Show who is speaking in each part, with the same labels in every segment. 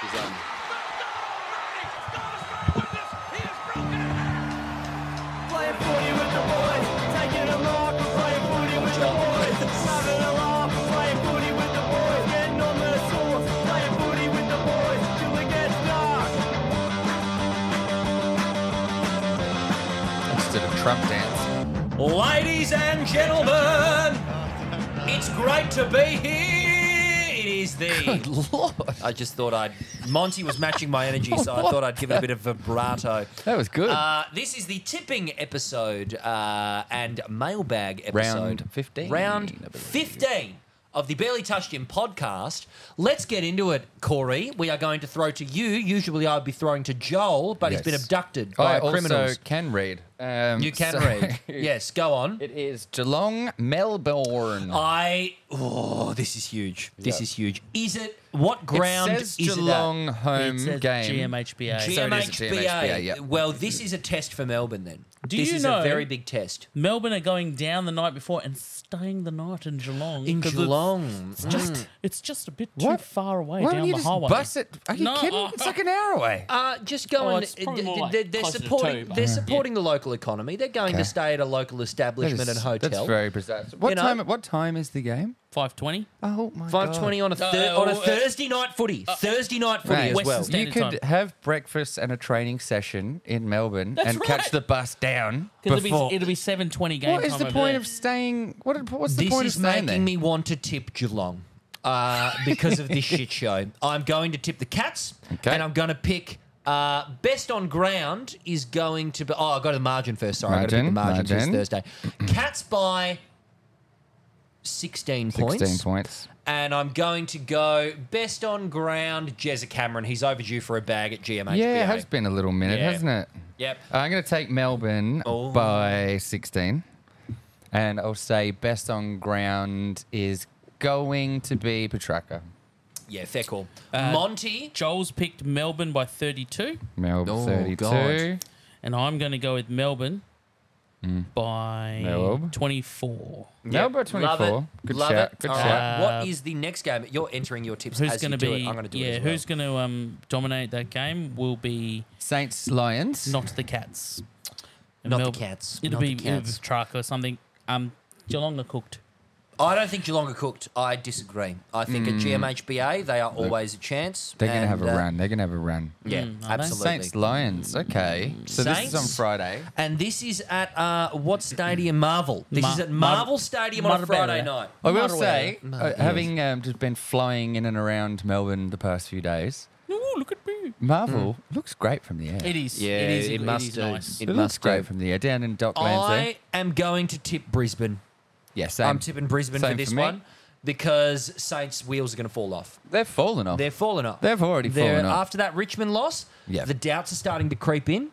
Speaker 1: zusammen.
Speaker 2: Playing footy with the boys, taking a mark, playing footy with the boys, having a laugh, playing footy with the boys, getting on the source, playing footy with the boys, till it gets dark.
Speaker 3: Instead of Trump dance.
Speaker 4: Ladies and gentlemen, it's great to be here. It is the.
Speaker 3: Good lord.
Speaker 4: I just thought I'd. Monty was matching my energy, so I thought I'd give it a bit of vibrato.
Speaker 3: That was good.
Speaker 4: Uh, this is the tipping episode uh, and mailbag episode.
Speaker 3: Round 15, I
Speaker 4: Round
Speaker 3: believe.
Speaker 4: 15 of the Barely Touched Him podcast. Let's get into it, Corey. We are going to throw to you. Usually I'd be throwing to Joel, but he's been
Speaker 3: Yes.
Speaker 4: abducted by
Speaker 3: I also
Speaker 4: criminals.
Speaker 3: Oh, can read. Um,
Speaker 4: You can
Speaker 3: so-
Speaker 4: read. Yes, go on.
Speaker 3: It is Geelong, Melbourne.
Speaker 4: Uh, I oh, this is huge. This
Speaker 3: Yeah.
Speaker 4: is huge. Is it what
Speaker 3: it
Speaker 4: ground
Speaker 3: says
Speaker 4: is
Speaker 3: Geelong home
Speaker 5: It says
Speaker 3: game.
Speaker 5: GMHBA.
Speaker 4: it
Speaker 3: So
Speaker 4: at?
Speaker 3: it is at
Speaker 4: GMHBA.
Speaker 3: GMHBA, yeah.
Speaker 4: Well, this is a test for Melbourne then.
Speaker 5: Do
Speaker 4: this
Speaker 5: you
Speaker 4: is a
Speaker 5: know-
Speaker 4: very big test.
Speaker 5: Melbourne are going down the night before and staying the night in Geelong.
Speaker 4: In
Speaker 5: 'cause
Speaker 4: Geelong.
Speaker 5: it's, it's just it's just a bit too
Speaker 3: Mm. What?
Speaker 5: far away
Speaker 3: Why
Speaker 5: down
Speaker 3: don't you
Speaker 5: the
Speaker 3: just
Speaker 5: highway.
Speaker 3: bus it? Are you
Speaker 5: No,
Speaker 3: kidding?
Speaker 5: uh,
Speaker 3: It's like an hour away.
Speaker 4: Uh, just go
Speaker 5: Oh,
Speaker 4: and
Speaker 5: it's probably
Speaker 4: th-
Speaker 5: more
Speaker 4: th-
Speaker 5: like
Speaker 4: they're, they're
Speaker 5: closer to
Speaker 4: supporting
Speaker 5: two, but-
Speaker 4: they're
Speaker 5: Yeah.
Speaker 4: supporting the local economy. They're going
Speaker 3: Okay.
Speaker 4: to stay at a local
Speaker 3: That
Speaker 4: establishment
Speaker 3: is-
Speaker 4: and hotel.
Speaker 3: That's very precise. What
Speaker 4: You know?
Speaker 3: time? What time is the game?
Speaker 5: Five twenty.
Speaker 3: Oh my god.
Speaker 4: Five twenty on a thir-
Speaker 5: Uh,
Speaker 4: on a
Speaker 5: uh,
Speaker 4: Thursday night footy. Thursday night footy
Speaker 3: Right.
Speaker 4: as well.
Speaker 5: Western Standard
Speaker 3: you could
Speaker 5: Time.
Speaker 3: have breakfast and a training session in Melbourne and catch
Speaker 5: right.
Speaker 3: the bus down
Speaker 5: Because it'll
Speaker 3: before.
Speaker 5: be it'll be seven twenty game
Speaker 3: what is
Speaker 5: time
Speaker 3: the
Speaker 5: over
Speaker 3: point
Speaker 5: there.
Speaker 3: of staying? What, what's the
Speaker 4: this
Speaker 3: point
Speaker 4: is
Speaker 3: of staying
Speaker 4: making
Speaker 3: there?
Speaker 4: me want to tip Geelong uh, because of this shit show. I'm going to tip the Cats,
Speaker 3: Okay.
Speaker 4: and I'm going to pick. Uh, best on ground is going to be. Oh, I got the margin first. Sorry, I got to pick the
Speaker 3: Margin,
Speaker 4: margin, so
Speaker 3: margin.
Speaker 4: It's Thursday. Cats by 16 points.
Speaker 3: Sixteen points.
Speaker 4: And I'm going to go best on ground, Jezza Cameron. He's overdue for a bag at GMHBA.
Speaker 3: Yeah, it has been a little minute,
Speaker 4: Yeah.
Speaker 3: hasn't it? Uh,
Speaker 4: Yep.
Speaker 3: I'm going to take Melbourne
Speaker 4: Oh.
Speaker 3: by 16. And I'll say best on ground is going to be Petraka.
Speaker 4: Yeah, fair call.
Speaker 3: Uh,
Speaker 4: Monty.
Speaker 5: Joel's picked Melbourne by thirty two,
Speaker 3: Melbourne
Speaker 4: Oh,
Speaker 3: 32.
Speaker 4: God.
Speaker 5: and I'm going to go with Melbourne by
Speaker 3: Mm. Melbourne.
Speaker 5: twenty four.
Speaker 3: Melbourne
Speaker 4: Yep. Love
Speaker 3: 24.
Speaker 4: it.
Speaker 3: Good
Speaker 4: Love
Speaker 3: shout.
Speaker 4: it.
Speaker 3: Good
Speaker 4: All
Speaker 3: shout.
Speaker 4: right. what is the next game? You're entering your tips
Speaker 5: Who's
Speaker 4: as
Speaker 5: going
Speaker 4: you
Speaker 5: to
Speaker 4: do
Speaker 5: be?
Speaker 4: it. I'm going to do
Speaker 5: yeah,
Speaker 4: it as well.
Speaker 5: who's going to um, dominate that game? Will be
Speaker 3: Saints Lions.
Speaker 5: not the Cats.
Speaker 4: Not the
Speaker 5: Melb-
Speaker 4: Cats.
Speaker 5: It'll
Speaker 4: Not
Speaker 5: be
Speaker 4: the
Speaker 5: it'll be
Speaker 4: Cats.
Speaker 5: Petrarca or something. Um, Geelong are cooked.
Speaker 4: I don't think Geelong are cooked. I disagree. I think at GMHBA they are always a chance.
Speaker 3: Hmm. They're going to
Speaker 4: and,
Speaker 3: have a
Speaker 4: uh,
Speaker 3: run. They're going to have a run.
Speaker 4: Yeah,
Speaker 5: Mm, are they?
Speaker 4: absolutely.
Speaker 3: Saints Lions. Okay. So this is on
Speaker 4: Saints?
Speaker 3: Friday.
Speaker 4: And this is at uh, what stadium? Marvel. This
Speaker 5: Ma-
Speaker 4: is at
Speaker 5: Mar-
Speaker 4: Marvel Stadium on a
Speaker 5: Marbella.
Speaker 4: Friday night.
Speaker 3: I will
Speaker 5: Not aware.
Speaker 3: say, uh, having um, just been flying in and around Melbourne the past few days,
Speaker 5: Oh, look at me.
Speaker 3: Marvel
Speaker 4: Hmm.
Speaker 3: looks great from the air.
Speaker 5: It is. it is. It, is nice.
Speaker 3: It looks great from the air. Down in Docklands there.
Speaker 4: I am going to tip Brisbane.
Speaker 3: Yeah, eh? same.
Speaker 4: I'm tipping Brisbane
Speaker 3: Same
Speaker 4: for this
Speaker 3: for me.
Speaker 4: one because Saints' wheels are going to fall off.
Speaker 3: They're falling off.
Speaker 4: They're falling off.
Speaker 3: They've already fallen off.
Speaker 4: After that Richmond loss,
Speaker 3: Yeah.
Speaker 4: the doubts are starting to creep in.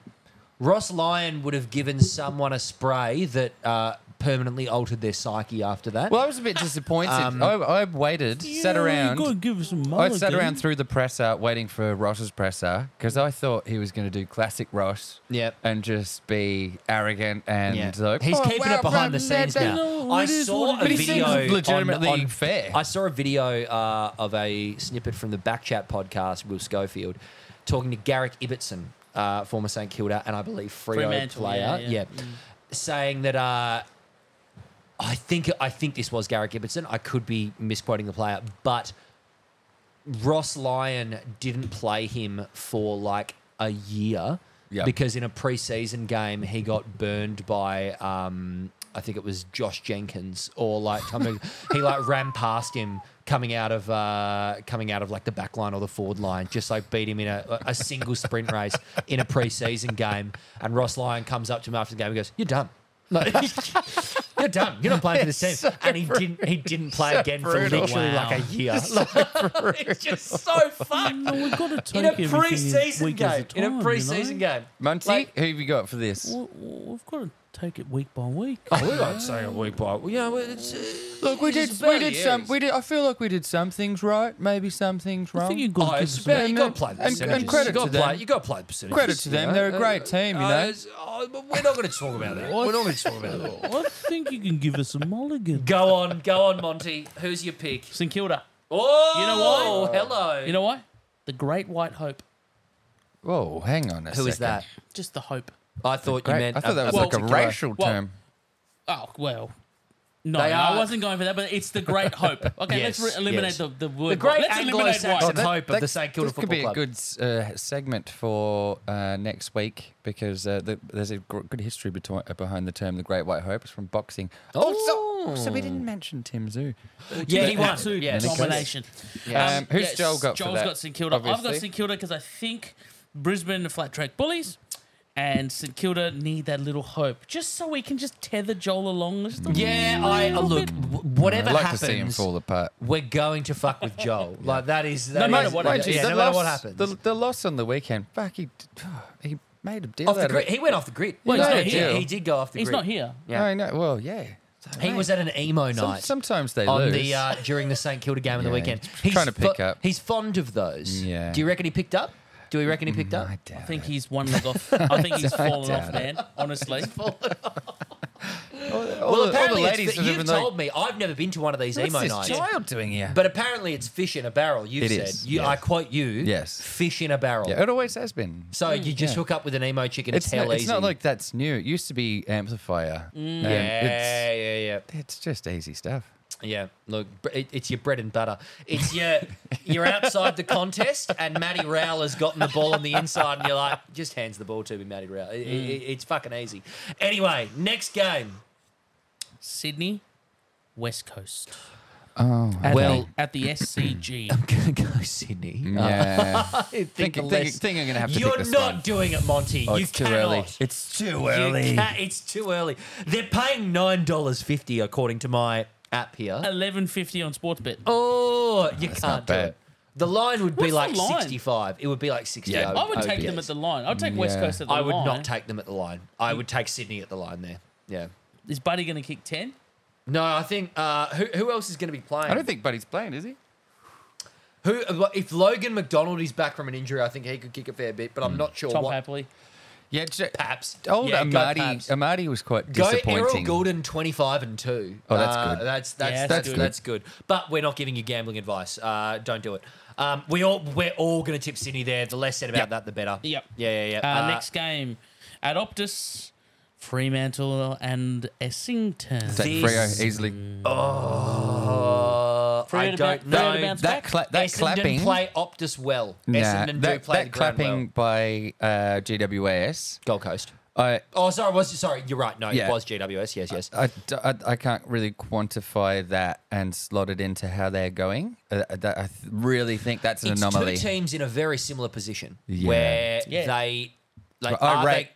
Speaker 4: Ross Lyon would have given someone a spray that uh, permanently altered their psyche after that.
Speaker 3: well, I was a bit disappointed.
Speaker 4: Um,
Speaker 3: I, I waited, sat
Speaker 5: Yeah,
Speaker 3: around.
Speaker 5: You gotta give us a
Speaker 3: I sat
Speaker 5: mulligan.
Speaker 3: around through the presser, waiting for Ross's presser, because I thought he was going to do classic Ross.
Speaker 4: Yep.
Speaker 3: And just be arrogant and
Speaker 4: Yeah.
Speaker 3: like
Speaker 4: he's
Speaker 3: "Oh,
Speaker 4: keeping
Speaker 3: wow,
Speaker 4: it behind the
Speaker 3: man, that-
Speaker 4: scenes
Speaker 3: that-
Speaker 4: now.
Speaker 5: No,
Speaker 4: I
Speaker 5: it is
Speaker 4: saw
Speaker 5: what
Speaker 4: a
Speaker 5: it
Speaker 4: video.
Speaker 5: is. But he seems
Speaker 4: on-
Speaker 3: legitimately
Speaker 4: on-
Speaker 3: fair.
Speaker 4: I saw a video uh, of a snippet from the Backchat podcast, Will Schofield, talking to Garrick Ibbotson, uh, former St Kilda and I believe Freo
Speaker 5: Fremantle,
Speaker 4: player,
Speaker 5: yeah,
Speaker 4: yeah,
Speaker 5: yeah. Mm.
Speaker 4: saying that. Uh, I think I think this was Garrick Ibbotson. I could be misquoting the player, but Ross Lyon didn't play him for like a year
Speaker 3: Yeah.
Speaker 4: because in a preseason game he got burned by um, I think it was Josh Jenkins or like coming he like ran past him coming out of uh, coming out of like the back line or the forward line just like beat him in a, a single sprint race in a preseason game and Ross Lyon comes up to him after the game and goes you're done. Like, you're done. You're not playing for this team. and he didn't. He didn't play again for
Speaker 3: brutal.
Speaker 4: literally
Speaker 5: Wow.
Speaker 4: like a year. it's just so fucked.
Speaker 5: No, we've got to
Speaker 4: In
Speaker 5: take
Speaker 4: a
Speaker 5: everything
Speaker 4: preseason
Speaker 5: week
Speaker 4: game.
Speaker 5: as it
Speaker 4: In a
Speaker 5: time,
Speaker 4: preseason
Speaker 5: you know?
Speaker 4: game.
Speaker 3: Munty,
Speaker 4: Like-
Speaker 3: who have you got for this?
Speaker 5: W- w- We've got to take it week by week.
Speaker 4: we won't say a week by week. Yeah, well, it's, uh,
Speaker 3: Look, we
Speaker 4: it's
Speaker 3: did,
Speaker 4: about
Speaker 3: we did
Speaker 4: the
Speaker 3: some.
Speaker 4: Aries.
Speaker 3: We did. I feel like we did some things right, maybe some things wrong.
Speaker 5: I think you've
Speaker 4: Oh,
Speaker 5: got to give
Speaker 4: it's
Speaker 5: us
Speaker 4: about,
Speaker 5: a
Speaker 4: you got to play the
Speaker 3: And- and
Speaker 4: percentages.
Speaker 3: credit
Speaker 4: you got
Speaker 3: to
Speaker 4: play,
Speaker 3: them.
Speaker 4: You got to play the percentages.
Speaker 3: Credit to them. They're a great team, you
Speaker 4: Uh,
Speaker 3: know.
Speaker 4: it's- oh, but we're not going to talk about that. We're not going to talk about that.
Speaker 5: I think you can give us a mulligan.
Speaker 4: Go on, go on, Monty. Who's your pick?
Speaker 5: St Kilda.
Speaker 4: Oh,
Speaker 5: You know
Speaker 4: Hello.
Speaker 5: You know why? the Great White Hope.
Speaker 3: Whoa, hang on a second.
Speaker 4: Who is that?
Speaker 5: Just the Hope.
Speaker 4: I thought you
Speaker 3: Great.
Speaker 4: meant.
Speaker 3: I thought that was
Speaker 5: well,
Speaker 3: like a
Speaker 4: particular-
Speaker 3: racial
Speaker 5: well,
Speaker 3: term.
Speaker 5: Oh well, no,
Speaker 4: They are-
Speaker 5: I wasn't going for that. But it's the Great Hope. Okay,
Speaker 4: Yes,
Speaker 5: let's re- eliminate
Speaker 4: yes.
Speaker 5: the, the word.
Speaker 4: The great
Speaker 5: let's eliminate
Speaker 4: Anglo-Saxon
Speaker 5: white.
Speaker 4: and hope of the St Kilda
Speaker 3: this could
Speaker 4: Football
Speaker 3: be
Speaker 4: Club.
Speaker 3: a good uh, segment for uh, next week because uh, the, there's a gr- good history between, uh, behind the term "the Great White Hope" It's from boxing.
Speaker 4: Oh.
Speaker 3: so, so we didn't mention Tim Zoo.
Speaker 4: Yeah, he won.
Speaker 5: Absolute
Speaker 4: Yeah,
Speaker 5: domination.
Speaker 3: Um, who's Joel got for
Speaker 5: Joel's
Speaker 3: that,
Speaker 5: got St Kilda. I've got
Speaker 3: obviously?
Speaker 5: St Kilda because I think Brisbane are flat track bullies, and St Kilda need that little hope just so we can just tether Joel along. Just a
Speaker 4: Yeah, I uh,
Speaker 5: little
Speaker 4: look.
Speaker 5: bit.
Speaker 4: w- Whatever
Speaker 3: I'd like
Speaker 4: happens,
Speaker 3: to see him fall apart.
Speaker 4: we're going to fuck with Joel. Like that is that
Speaker 5: No matter
Speaker 4: is-
Speaker 5: what
Speaker 4: yeah,
Speaker 5: happens.
Speaker 4: yeah,
Speaker 3: the
Speaker 4: no matter what
Speaker 3: loss-
Speaker 4: happens.
Speaker 3: The, the loss on the weekend. Fuck, he he made a deal
Speaker 4: off the
Speaker 3: out of
Speaker 4: grid.
Speaker 3: it.
Speaker 4: He went off the grid.
Speaker 5: Well, he's
Speaker 4: No,
Speaker 5: not
Speaker 4: he,
Speaker 5: here.
Speaker 4: he did go off the
Speaker 5: He's
Speaker 4: grid.
Speaker 5: not here.
Speaker 4: Yeah.
Speaker 3: I know. Well, yeah. So,
Speaker 4: He
Speaker 3: mate,
Speaker 4: was at an emo
Speaker 3: some-
Speaker 4: night
Speaker 3: sometimes they
Speaker 4: on
Speaker 3: lose.
Speaker 4: the uh, during the St Kilda game on the
Speaker 3: Yeah,
Speaker 4: weekend.
Speaker 3: he's trying to pick up.
Speaker 4: He's fond of those.
Speaker 3: Yeah.
Speaker 4: Do you reckon he picked up? Do we reckon he picked up?
Speaker 3: I doubt
Speaker 5: I think he's one leg off. I think he's fallen off,
Speaker 3: doubt
Speaker 5: man. Honestly,
Speaker 4: well,
Speaker 3: the-
Speaker 4: apparently,
Speaker 3: all the
Speaker 4: it's-
Speaker 3: ladies have
Speaker 4: you've
Speaker 3: been like,
Speaker 4: told me I've never been to one of these
Speaker 3: What's
Speaker 4: emo
Speaker 3: this
Speaker 4: nights.
Speaker 3: child doing here?
Speaker 4: But apparently, it's fish in a barrel. You've
Speaker 3: It
Speaker 4: said.
Speaker 3: is,
Speaker 4: You,
Speaker 3: yeah.
Speaker 4: I quote you.
Speaker 3: Yes.
Speaker 4: Fish in a barrel.
Speaker 3: yeah, it always has been.
Speaker 4: So you just
Speaker 3: Mm, yeah.
Speaker 4: hook up with an emo chick and it's,
Speaker 3: It's,
Speaker 4: hell
Speaker 3: not, it's
Speaker 4: easy.
Speaker 3: not like that's new. It used to be amplifier. Um,
Speaker 4: yeah,
Speaker 3: it's,
Speaker 4: Mm, yeah,
Speaker 3: it's just easy stuff.
Speaker 4: yeah, yeah. Look, br- it, it's your bread and butter. It's your you're outside the contest, and Matty Rowell has gotten the ball on the inside, and you're like, just hands the ball to me, Matty Rowell. It-
Speaker 3: Mm.
Speaker 4: it- it- it's fucking easy. Anyway, next game.
Speaker 5: Sydney, West Coast.
Speaker 3: Oh,
Speaker 5: At
Speaker 4: Well-
Speaker 5: the, at the SCG.
Speaker 4: Gonna go Sydney.
Speaker 3: yeah.
Speaker 4: I think
Speaker 3: think,
Speaker 4: the
Speaker 3: think,
Speaker 4: less-
Speaker 3: think I'm going to have to
Speaker 4: You're
Speaker 3: pick this
Speaker 4: not
Speaker 3: one.
Speaker 4: doing it, Monty.
Speaker 3: Oh,
Speaker 4: you
Speaker 3: it's too early.
Speaker 4: cannot.
Speaker 3: It's too
Speaker 4: You
Speaker 3: early.
Speaker 4: ca- it's too early. They're paying nine dollars fifty according to my app here.
Speaker 5: Eleven fifty on Sportsbet.
Speaker 4: Oh, you can't
Speaker 3: not
Speaker 4: do
Speaker 3: bad.
Speaker 4: it. The line would be
Speaker 5: What's the
Speaker 4: like
Speaker 5: line?
Speaker 4: 65. It would be like 60.
Speaker 3: Yeah,
Speaker 5: I would take them at
Speaker 4: OPS.
Speaker 5: the line. I'd take West
Speaker 3: Yeah.
Speaker 5: Coast at the
Speaker 4: I
Speaker 5: line.
Speaker 4: would not take them at the line. I would take Sydney at the line there. Yeah.
Speaker 5: Is Buddy going to kick ten?
Speaker 4: No, I think uh, who, who else is going to be playing?
Speaker 3: I don't think Buddy's playing, is he?
Speaker 4: who if Logan McDonald is back from an injury, I think he could kick a fair bit, but I'm not sure
Speaker 5: Tom
Speaker 4: what.
Speaker 5: Hapley.
Speaker 3: Yeah, j-
Speaker 4: Perhaps.
Speaker 3: Hmm. old
Speaker 4: Yeah, go
Speaker 3: Amadi.
Speaker 4: Pabs.
Speaker 3: Amadi was quite
Speaker 4: Go Errol
Speaker 3: disappointing.
Speaker 4: Goulden 25 and 2.
Speaker 3: Oh, that's
Speaker 4: Uh,
Speaker 3: good.
Speaker 4: that's that's
Speaker 5: Yeah,
Speaker 4: that's,
Speaker 5: that's
Speaker 4: good.
Speaker 5: good.
Speaker 4: that's good. But we're not giving you gambling advice. Uh, don't do it. Um, we all we're all going to tip Sydney there. The less said about that the better.
Speaker 5: Yep.
Speaker 4: Yeah, yeah,
Speaker 5: Uh,
Speaker 4: yeah. Uh,
Speaker 5: next game at Optus, Fremantle and Essington.
Speaker 3: Take
Speaker 4: This-
Speaker 3: Freo easily.
Speaker 4: Uh, I
Speaker 5: Free to
Speaker 4: don't
Speaker 5: bounce- free to
Speaker 4: know.
Speaker 5: bounce
Speaker 3: That, cla- that
Speaker 4: Essendon
Speaker 3: clapping.
Speaker 4: play Optus well.
Speaker 3: Nah,
Speaker 4: Essendon do
Speaker 3: that,
Speaker 4: play
Speaker 3: that
Speaker 4: the ground
Speaker 3: clapping
Speaker 4: well.
Speaker 3: by uh, GWAS.
Speaker 4: Gold Coast.
Speaker 3: I,
Speaker 4: Oh, sorry, was sorry. You're right. No,
Speaker 3: Yeah.
Speaker 4: it was GWS. Yes, yes.
Speaker 3: I, d- I- I can't really quantify that and slot it into how they're going. Uh, that, I th- really think that's an
Speaker 4: it's
Speaker 3: anomaly.
Speaker 4: two teams in a very similar position
Speaker 3: Yeah.
Speaker 4: where
Speaker 5: Yeah.
Speaker 4: they like
Speaker 3: But I
Speaker 4: are
Speaker 3: rate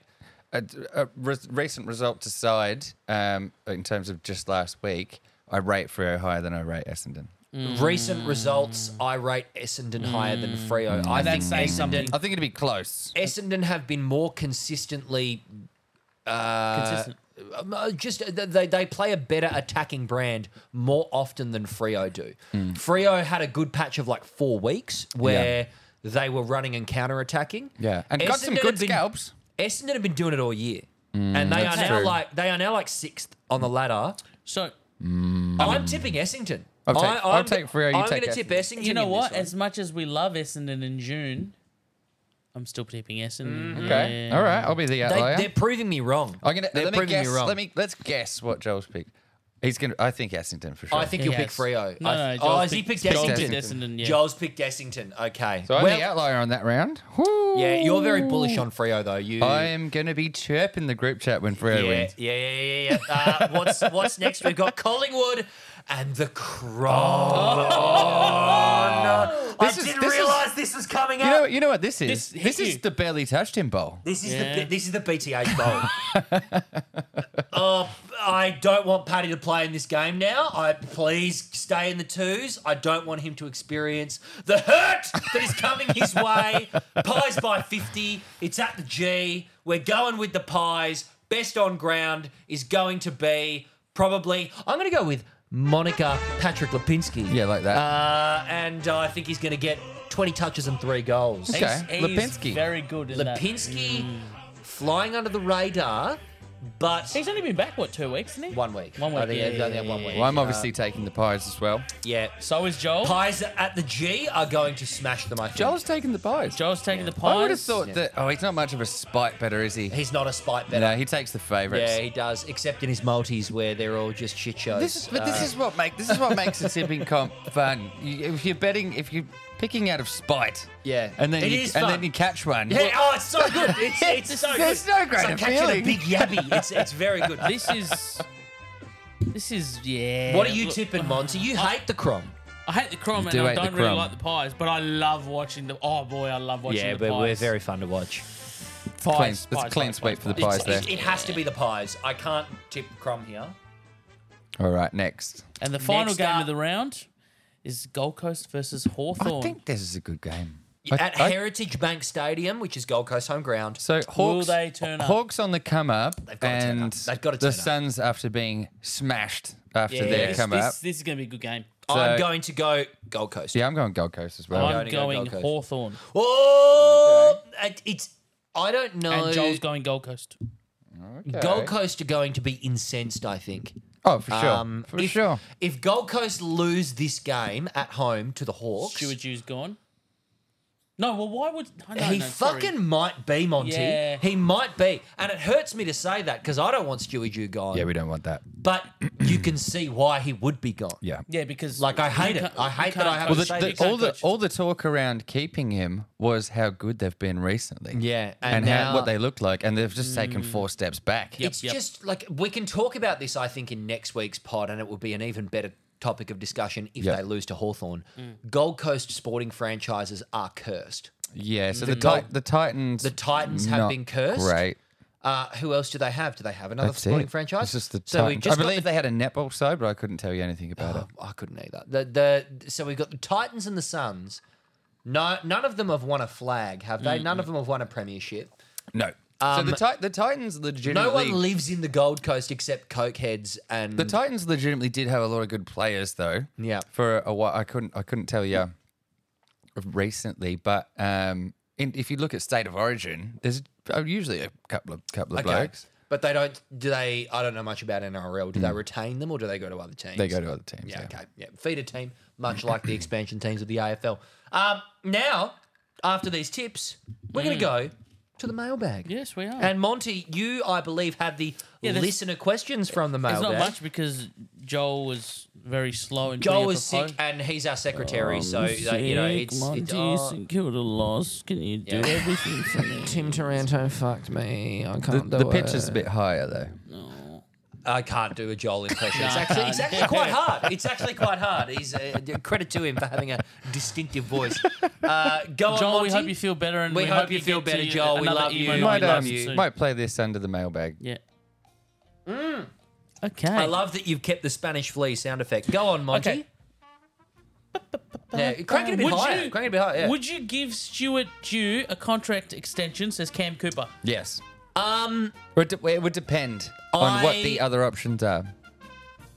Speaker 4: they,
Speaker 3: a, a re- recent result aside, um, in terms of just last week, I rate Freo higher than I rate Essendon. Hmm.
Speaker 4: Recent results, I rate Essendon higher than Freo. I think
Speaker 5: That's saying
Speaker 4: Essendon,
Speaker 5: something.
Speaker 3: I think it'd be close.
Speaker 4: Essendon have been more consistently uh,
Speaker 5: Consistent.
Speaker 4: um, uh, Just uh, they they play a better attacking brand more often than Freo do.
Speaker 3: Hmm.
Speaker 4: Freo had a good patch of like four weeks where they were running and counter attacking.
Speaker 3: Yeah, and got some good scalps.
Speaker 4: Essendon have been doing it all year, and they are now
Speaker 3: true.
Speaker 4: like they are now like sixth on the ladder.
Speaker 5: So
Speaker 4: I'm tipping Essendon.
Speaker 3: Hmm. I'll take-
Speaker 4: I,
Speaker 3: I'll
Speaker 4: I'm-
Speaker 3: take Freo, you
Speaker 4: I'm
Speaker 3: take
Speaker 4: gonna tip
Speaker 3: Essendon.
Speaker 4: Essendon.
Speaker 5: you know
Speaker 4: in this
Speaker 5: what?
Speaker 4: one.
Speaker 5: As much as we love Essendon in June, I'm still tipping Essendon.
Speaker 3: Okay,
Speaker 5: Yeah.
Speaker 3: all right, I'll be the outlier.
Speaker 4: They, they're proving me wrong.
Speaker 3: I'm gonna
Speaker 4: they're
Speaker 3: let me
Speaker 4: proving
Speaker 3: guess.
Speaker 4: me wrong.
Speaker 3: Let me let's guess what Joel's picked. He's gonna. I think Essendon for sure.
Speaker 4: I think
Speaker 5: He
Speaker 4: you'll pick
Speaker 5: has.
Speaker 4: Freo.
Speaker 5: No,
Speaker 4: I
Speaker 5: no,
Speaker 4: oh,
Speaker 5: Joel's
Speaker 4: has he
Speaker 5: picked-
Speaker 4: picked
Speaker 5: Joel's
Speaker 4: Essington?
Speaker 5: picked Essendon, yeah.
Speaker 4: Joel's picked Essington. Okay.
Speaker 3: so I'm
Speaker 4: well,
Speaker 3: the outlier on that round.
Speaker 4: yeah, you're very bullish on Freo though. You.
Speaker 3: I am gonna be chirping the group chat when Freo
Speaker 4: yeah, yeah,
Speaker 3: wins.
Speaker 4: yeah, yeah, yeah. Uh, what's what's next? We've got Collingwood and the Crow. I
Speaker 3: Oh. This is-
Speaker 4: didn't
Speaker 3: this is-
Speaker 4: realise this was coming
Speaker 3: You know,
Speaker 4: out.
Speaker 3: you know what this is.
Speaker 5: This hit
Speaker 3: This, is
Speaker 5: you.
Speaker 3: the barely touched him bowl.
Speaker 4: This is the
Speaker 5: Yeah.
Speaker 4: this is the BTH bowl. oh, I don't want Paddy to play in this game now. I please stay in the twos. I don't want him to experience the hurt that is coming his way. Pies by fifty. It's at the G. We're going with the pies. Best on ground is going to be probably. I'm going to go with Monica Patrick Lipinski.
Speaker 3: Yeah, like that.
Speaker 4: Uh, and uh, I think he's going to get 20 touches and three goals.
Speaker 3: Okay,
Speaker 5: He's- he's
Speaker 3: Lipinski. Mm.
Speaker 5: very good. In that.
Speaker 4: Lipinski flying under the radar But
Speaker 5: He's only been back what two weeks, isn't he?
Speaker 4: one week.
Speaker 5: One week.
Speaker 4: I think
Speaker 5: oh, yeah,
Speaker 4: they've
Speaker 5: yeah,
Speaker 4: only had
Speaker 5: yeah,
Speaker 4: one
Speaker 5: yeah,
Speaker 4: week.
Speaker 3: Well, I'm obviously taking the pies as well.
Speaker 4: Yeah.
Speaker 5: So is Joel.
Speaker 4: Pies at the G are going to smash them. I think.
Speaker 3: Joel's taking the pies.
Speaker 5: Joel's taking the pies.
Speaker 3: I would have thought that. Oh, he's not much of a spite better, is he?
Speaker 4: He's not a spite better.
Speaker 3: no, he takes the favourites.
Speaker 4: Yeah, he does. Except in his Maltese, where they're all just shit shows.
Speaker 3: This is, but this
Speaker 4: Uh,
Speaker 3: is what make this is what makes a tipping comp fun. You, if you're betting, if you're picking out of spite,
Speaker 4: Yeah.
Speaker 3: and then
Speaker 4: It
Speaker 3: you,
Speaker 4: is
Speaker 3: and
Speaker 4: fun.
Speaker 3: then you catch one.
Speaker 4: Yeah, oh, it's so good. It's, it's so good.
Speaker 3: There's no
Speaker 4: it's
Speaker 3: greater
Speaker 4: like catching
Speaker 3: feeling.
Speaker 4: a big yabby. It's, it's very good.
Speaker 5: this is. This is yeah.
Speaker 4: what are you
Speaker 5: Look,
Speaker 4: tipping, Monty? You hate the crumb.
Speaker 5: I hate the crumb and
Speaker 3: do
Speaker 5: I
Speaker 3: hate the
Speaker 5: don't really
Speaker 3: crumb.
Speaker 5: like the pies, but I love watching the. Oh boy, I love watching the pies.
Speaker 4: fun to watch.
Speaker 5: pies,
Speaker 3: clean, it's
Speaker 5: pies,
Speaker 3: clean
Speaker 5: pies,
Speaker 3: sweep
Speaker 5: pies,
Speaker 3: for the
Speaker 5: pies.
Speaker 3: pies
Speaker 4: It's,
Speaker 3: there.
Speaker 4: it, it has to be the pies. I can't tip the crumb here.
Speaker 3: All right, next.
Speaker 5: And the final
Speaker 4: Next
Speaker 5: game
Speaker 4: up-
Speaker 5: of the round is Gold Coast versus
Speaker 3: I
Speaker 5: Hawthorn.
Speaker 3: think this is a good game.
Speaker 4: At
Speaker 3: I- I-
Speaker 4: Heritage Bank Stadium, which is Gold Coast home ground.
Speaker 3: so Hawks,
Speaker 5: they turn up?
Speaker 3: Hawks on the come up,
Speaker 4: They've gotta turn
Speaker 3: and
Speaker 4: up. They've gotta
Speaker 3: the
Speaker 4: turn up.
Speaker 3: Suns after being smashed after
Speaker 4: Yeah,
Speaker 3: their
Speaker 4: this-
Speaker 3: come
Speaker 5: this,
Speaker 3: up.
Speaker 5: this is going to be a good game.
Speaker 4: I'm
Speaker 3: So-
Speaker 4: going to go Gold Coast.
Speaker 3: Yeah, I'm going Gold Coast as well.
Speaker 5: I'm
Speaker 4: to go
Speaker 5: going
Speaker 4: Gold Coast.
Speaker 5: Hawthorn,
Speaker 4: Oh, it- it's. I don't know.
Speaker 5: and Joel's going Gold Coast.
Speaker 3: Okay.
Speaker 4: Gold Coast are going to be incensed. I think.
Speaker 3: Oh, for sure,
Speaker 4: Um,
Speaker 3: for
Speaker 4: if,
Speaker 3: sure.
Speaker 4: If Gold Coast lose this game at home to the Hawks,
Speaker 5: Stuart Jew's gone. No, well, why would no, no,
Speaker 4: he
Speaker 5: no, sorry.
Speaker 4: fucking might be Monty.
Speaker 5: Yeah.
Speaker 4: He might be, and it hurts me to say that because I don't want Stewie Jew gone.
Speaker 3: Yeah, we don't want that.
Speaker 4: but you can see why he would be gone.
Speaker 3: Yeah.
Speaker 5: yeah because
Speaker 4: Like, I
Speaker 5: you
Speaker 4: hate it.
Speaker 5: can't-
Speaker 4: I
Speaker 5: you
Speaker 4: hate that
Speaker 5: can't
Speaker 4: I have
Speaker 5: coach-
Speaker 4: to
Speaker 3: Well,
Speaker 4: say
Speaker 5: you
Speaker 3: the, the,
Speaker 5: can't
Speaker 3: all the
Speaker 5: coach.
Speaker 3: all the talk around keeping him was how good they've been recently.
Speaker 4: Yeah, and
Speaker 3: and,
Speaker 4: now- Mm.
Speaker 3: how, what they looked like, and they've just taken four steps back.
Speaker 4: it's
Speaker 5: yep.
Speaker 4: just like we can talk about this, I think, in next week's pod, and it will be an even better topic of discussion if
Speaker 3: Yeah.
Speaker 4: they lose to Hawthorn. Gold Coast sporting franchises are cursed.
Speaker 3: Yeah, so the
Speaker 4: Gold-
Speaker 3: Ti- the Titans,
Speaker 4: Mm. The Titans have
Speaker 3: not
Speaker 4: been cursed.
Speaker 3: Great.
Speaker 4: Uh, who else do they have? Do they have another
Speaker 3: That's
Speaker 4: sporting
Speaker 3: it.
Speaker 4: franchise?
Speaker 3: It's just the
Speaker 4: so we
Speaker 3: Titans.
Speaker 4: just
Speaker 3: I
Speaker 4: got the-
Speaker 3: believe they had a netball side, but I couldn't tell you anything about it.
Speaker 4: I couldn't either. The the so we've got the Titans and the Suns. No, none of them have won a flag, have they? None of them have won a premiership.
Speaker 3: No. so the, Ti- the Titans legitimately.
Speaker 4: Um, No one lives in the Gold Coast except cokeheads and
Speaker 3: the Titans legitimately did have a lot of good players, though.
Speaker 4: Yeah.
Speaker 3: For a while, I couldn't I couldn't tell you recently, but um, in, if you look at state of origin, there's uh, usually a couple of couple of blokes. Hmm.
Speaker 4: But they don't. Do they? I don't know much about NRL. Do they retain them or do they go to other teams?
Speaker 3: They go to other teams.
Speaker 4: Yeah. Okay. Yeah. Feeder team, much like the expansion teams of the AFL. Um. Now, after these tips, we're
Speaker 1: Hmm.
Speaker 4: gonna go to the mailbag.
Speaker 5: Yes, we are.
Speaker 4: And Monty, you, I believe, had the
Speaker 5: Yeah, there's-
Speaker 4: listener questions from the
Speaker 5: It's
Speaker 4: mailbag.
Speaker 5: not much because Joel was very slow and
Speaker 4: Joel is sick, and he's our secretary,
Speaker 3: Oh,
Speaker 4: so uh, you know it's. it's oh,
Speaker 5: Kilda lost. Can you do
Speaker 4: Yeah.
Speaker 5: everything for me?
Speaker 1: Tim Taranto fucked me. I
Speaker 4: Oh,
Speaker 3: The,
Speaker 1: can't do
Speaker 3: the
Speaker 1: it.
Speaker 3: pitch is a bit higher though.
Speaker 4: I can't do a Joel impression. It's actually, it's actually quite hard. It's actually quite hard. He's uh, credit to him for having a distinctive voice. Uh, go on,
Speaker 5: Joel, we
Speaker 4: Monty.
Speaker 5: hope you feel better, and
Speaker 4: We
Speaker 5: we,
Speaker 4: hope you feel
Speaker 5: get to
Speaker 4: better, Joel. We
Speaker 5: another
Speaker 4: love you.
Speaker 5: emo
Speaker 4: We
Speaker 5: night
Speaker 3: Might,
Speaker 4: love
Speaker 3: um,
Speaker 4: you.
Speaker 5: soon.
Speaker 3: might play this under the mailbag.
Speaker 5: Yeah. Okay.
Speaker 4: Mm. I love that you've kept the Spanish flea sound effect. Go on, Monty.
Speaker 5: Okay.
Speaker 4: Yeah, crank it a bit
Speaker 5: Would
Speaker 4: higher.
Speaker 5: you-
Speaker 4: crank it a bit higher. Yeah.
Speaker 5: Would you give Stuart Dew a contract extension? Says Cam Cooper.
Speaker 3: Yes.
Speaker 4: um,
Speaker 3: It, de- it would depend on what the
Speaker 4: I-
Speaker 3: other options are.